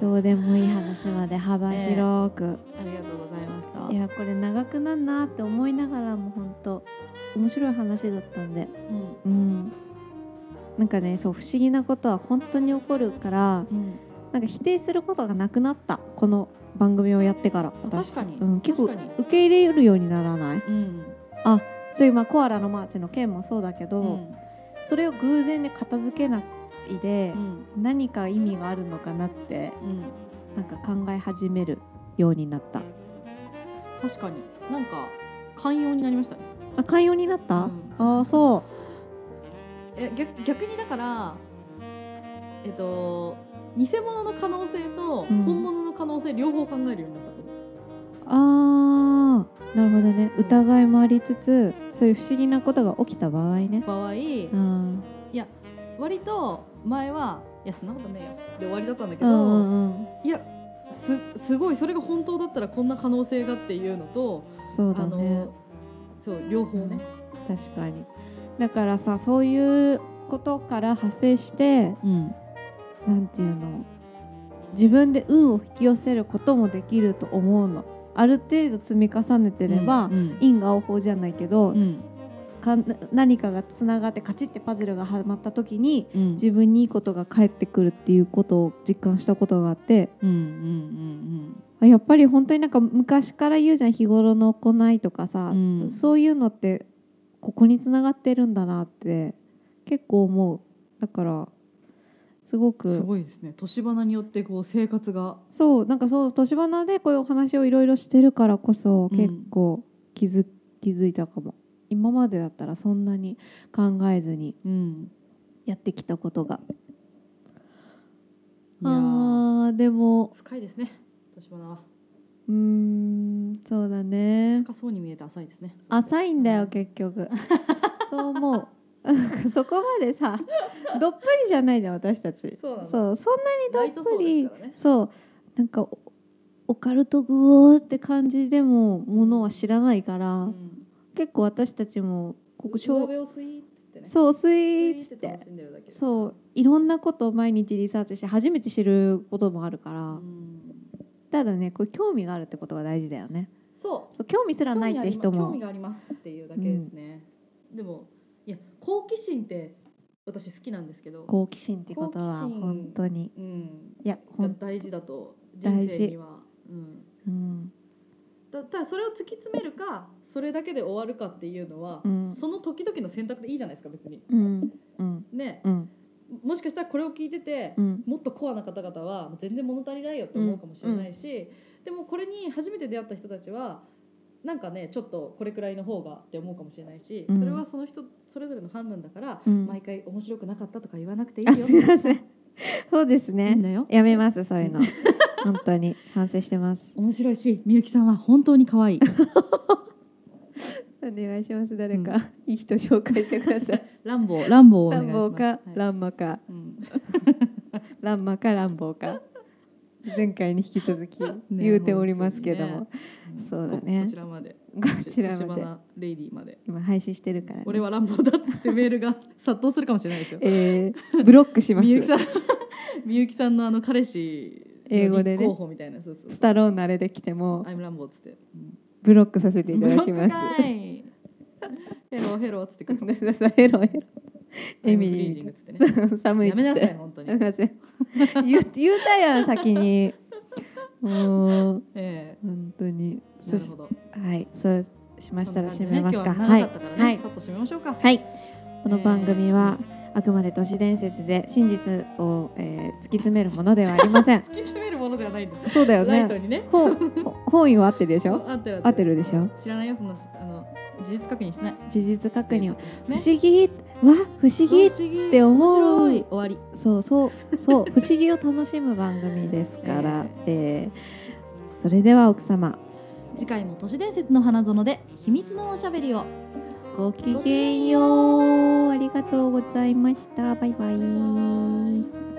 S4: どうでもいい話まで幅広く、
S3: ありがとうございました
S4: いやこれ長くなんなって思いながらも本当面白い話だったんで。
S3: うん
S4: うん、なんかねそう不思議なことは本当に起こるから
S3: うん
S4: なんか否定することがなくなったこの番組をやってから私
S3: 確かに、
S4: うん、結構
S3: 確かに
S4: 受け入れるようにならない
S3: うん
S4: そういう、まあ、コアラのマーチの件もそうだけど、
S3: うん
S4: それを偶然で片付けないで
S3: う、ん
S4: 何か意味があるのかなって
S3: うん
S4: なんか考え始めるようになった
S3: 確かになんか寛容になりましたね
S4: あ寛容になった、
S3: うん
S4: ああそ
S3: ええ逆逆にだからえっと偽物の可能性と
S4: うん
S3: 本物の可能性両方考えるようになったかも、
S4: あーなるほどね
S3: うん
S4: 疑いもありつつそういう不思議なことが起きた場合ね
S3: 場合
S4: うん
S3: 割と前はいやそんなことねえよで終わりだったんだけ
S4: う
S3: ど、
S4: んうんうん
S3: いやすすごいそれが本当だったらこんな可能性がっていうのと
S4: そうだ
S3: あ
S4: ね
S3: のそう両方ね、
S4: 確かにだからさそういうことから派生して
S3: うん、
S4: なんていうの自分で運を引き寄せることもできると思うのある程度積み重ねてれば、
S3: うん
S4: 因果応報じゃないけど、
S3: うん
S4: か何かがつながってカチッてパズルがはまった時に
S3: うんうん
S4: 自分にいいことが返ってくるっていうことを実感したことがあって
S3: うんうん
S4: あやっぱり本当になんか昔から言うじゃん日頃の行いとかさ
S3: う、ん
S4: そういうのってここにつながってるんだなって結構思うだからすごく
S3: すごいですね年花によってこう生活が
S4: そうなんかそう年花でこういうお話をいろいろしてるからこそ
S3: うん
S4: 結構気づ,、気づいたかも今までだったらそんなに考えずに
S3: うん
S4: やってきたことが
S3: い
S4: あ
S3: やー
S4: ーでも
S3: 深いですね年花は
S4: うーんそうだね
S3: 深そうに見えて浅いですね
S4: 浅いんだ
S3: う
S4: よ
S3: ん
S4: 結局そう思うなんか そこまでさどっぷりじゃないじゃん私たち
S3: そうなの
S4: そうそんな
S3: ラ
S4: に
S3: イ
S4: ど
S3: ト
S4: っ
S3: そ
S4: ぷ
S3: う
S4: り
S3: ですからね
S4: そうなんかオオカルトグオーって感じでもものは知らないから、
S3: うん
S4: 結構私たちもここ
S3: 上
S4: 小
S3: 辺をスイーツってねう
S4: そうスイ
S3: ス
S4: ーツっ
S3: 楽
S4: て
S3: しんでるだけで
S4: そういろんなことを毎日リサーチして初めて知ることもあるから、
S3: うん
S4: ただねこれ興味があるってことが大事だよね
S3: そう
S4: そう興味すらないって人
S3: 興味
S4: も
S3: があります興味がありますっていうだけですね、でもいや好奇心って私好きなんですけど
S4: 好奇心ってことは
S3: 好奇心
S4: 本当に
S3: うん
S4: いやほ
S3: が
S4: ん、
S3: 大事だと人
S4: 大事
S3: 生には、うん、
S4: うん、
S3: だただそれを突き詰めるかそれだけで終わるかっていうのは、
S4: うん
S3: その時々の選択でいいじゃないですか別に
S4: うんうん
S3: ね
S4: うん
S3: もしかしたらこれを聞いてて、
S4: うん
S3: もっとコアな方々は全然物足りないよって思うかもしれないし、でもこれに初めて出会った人たちはなんかねちょっとこれくらいの方がって思うかもしれないし、
S4: うん
S3: それはその人それぞれの判断だから、
S4: うん
S3: 毎回面白くなかったとか言わなくていい
S4: あ
S3: よ。
S4: すみませんそうです
S3: いい
S4: ね
S3: んだよ
S4: やめますそういう の本当に反省してます
S3: 面白いしみゆきさんは本当に可 愛い
S4: お願いします誰か、いい人紹介してくだ さい
S3: ランボーランボーをお
S4: ラ
S3: 願い
S4: ン
S3: します
S4: ボーか、
S3: はい
S4: ランマか
S3: うん
S4: ランマかランボー か前回に引き続き
S3: ね
S4: 言うておりますけども、
S3: 本当に
S4: そうだね
S3: ここちらまで
S4: こちらま
S3: 年
S4: で
S3: 花レイディーまで
S4: 今配信してるから、ね、
S3: 俺は乱暴だってメールが殺到するかもしれないですよ
S4: えー、ブロックします
S3: みゆきさんみゆきさんのあの彼氏
S4: 英語でね
S3: 候補みたいなそうそう
S4: スタローンのあれで来ても
S3: アイムランボーっつって
S4: ブロックさせていただきます
S3: ブロックかいヘローヘローっつってくる
S4: ごめんなさいヘロヘロエミ
S3: フリー
S4: リ
S3: ジン
S4: ー
S3: グっつってね
S4: そう寒いっ
S3: や
S4: つ
S3: め
S4: って
S3: なさい本当
S4: や
S3: に
S4: めなさい言う言うたやん先にもう
S3: え
S4: 本当に
S3: え
S4: そ
S3: な
S4: し
S3: るほど
S4: はい、そうしましたら
S3: そ
S4: 締
S3: んな
S4: め
S3: 感
S4: ま
S3: じ
S4: す
S3: で
S4: か。
S3: ね今日
S4: は、
S3: はい長かったからね、
S4: はい
S3: さっと締めましょうか
S4: はい、この番組は、あくまで都市伝説で真実を、えー突き詰めるものではありま せん
S3: 突。き詰めるものではないんだ
S4: そうだよ
S3: ライト
S4: ね。
S3: にね
S4: 本本意は合ってるでしょ。
S3: 合ってる
S4: 合ってるでしょ。
S3: 知らないよそんなあの事実確認しない
S4: 事実確認を、
S3: ね
S4: 不思議わ不思議。
S3: 議
S4: って思う
S3: 面白い終わり
S4: そうそうそう不思議を楽しむ番組ですから、えーそれでは奥様
S3: 次回も都市伝説の花園で秘密のおしゃべりを
S4: ごきげんようありがとうございましたバイバイ。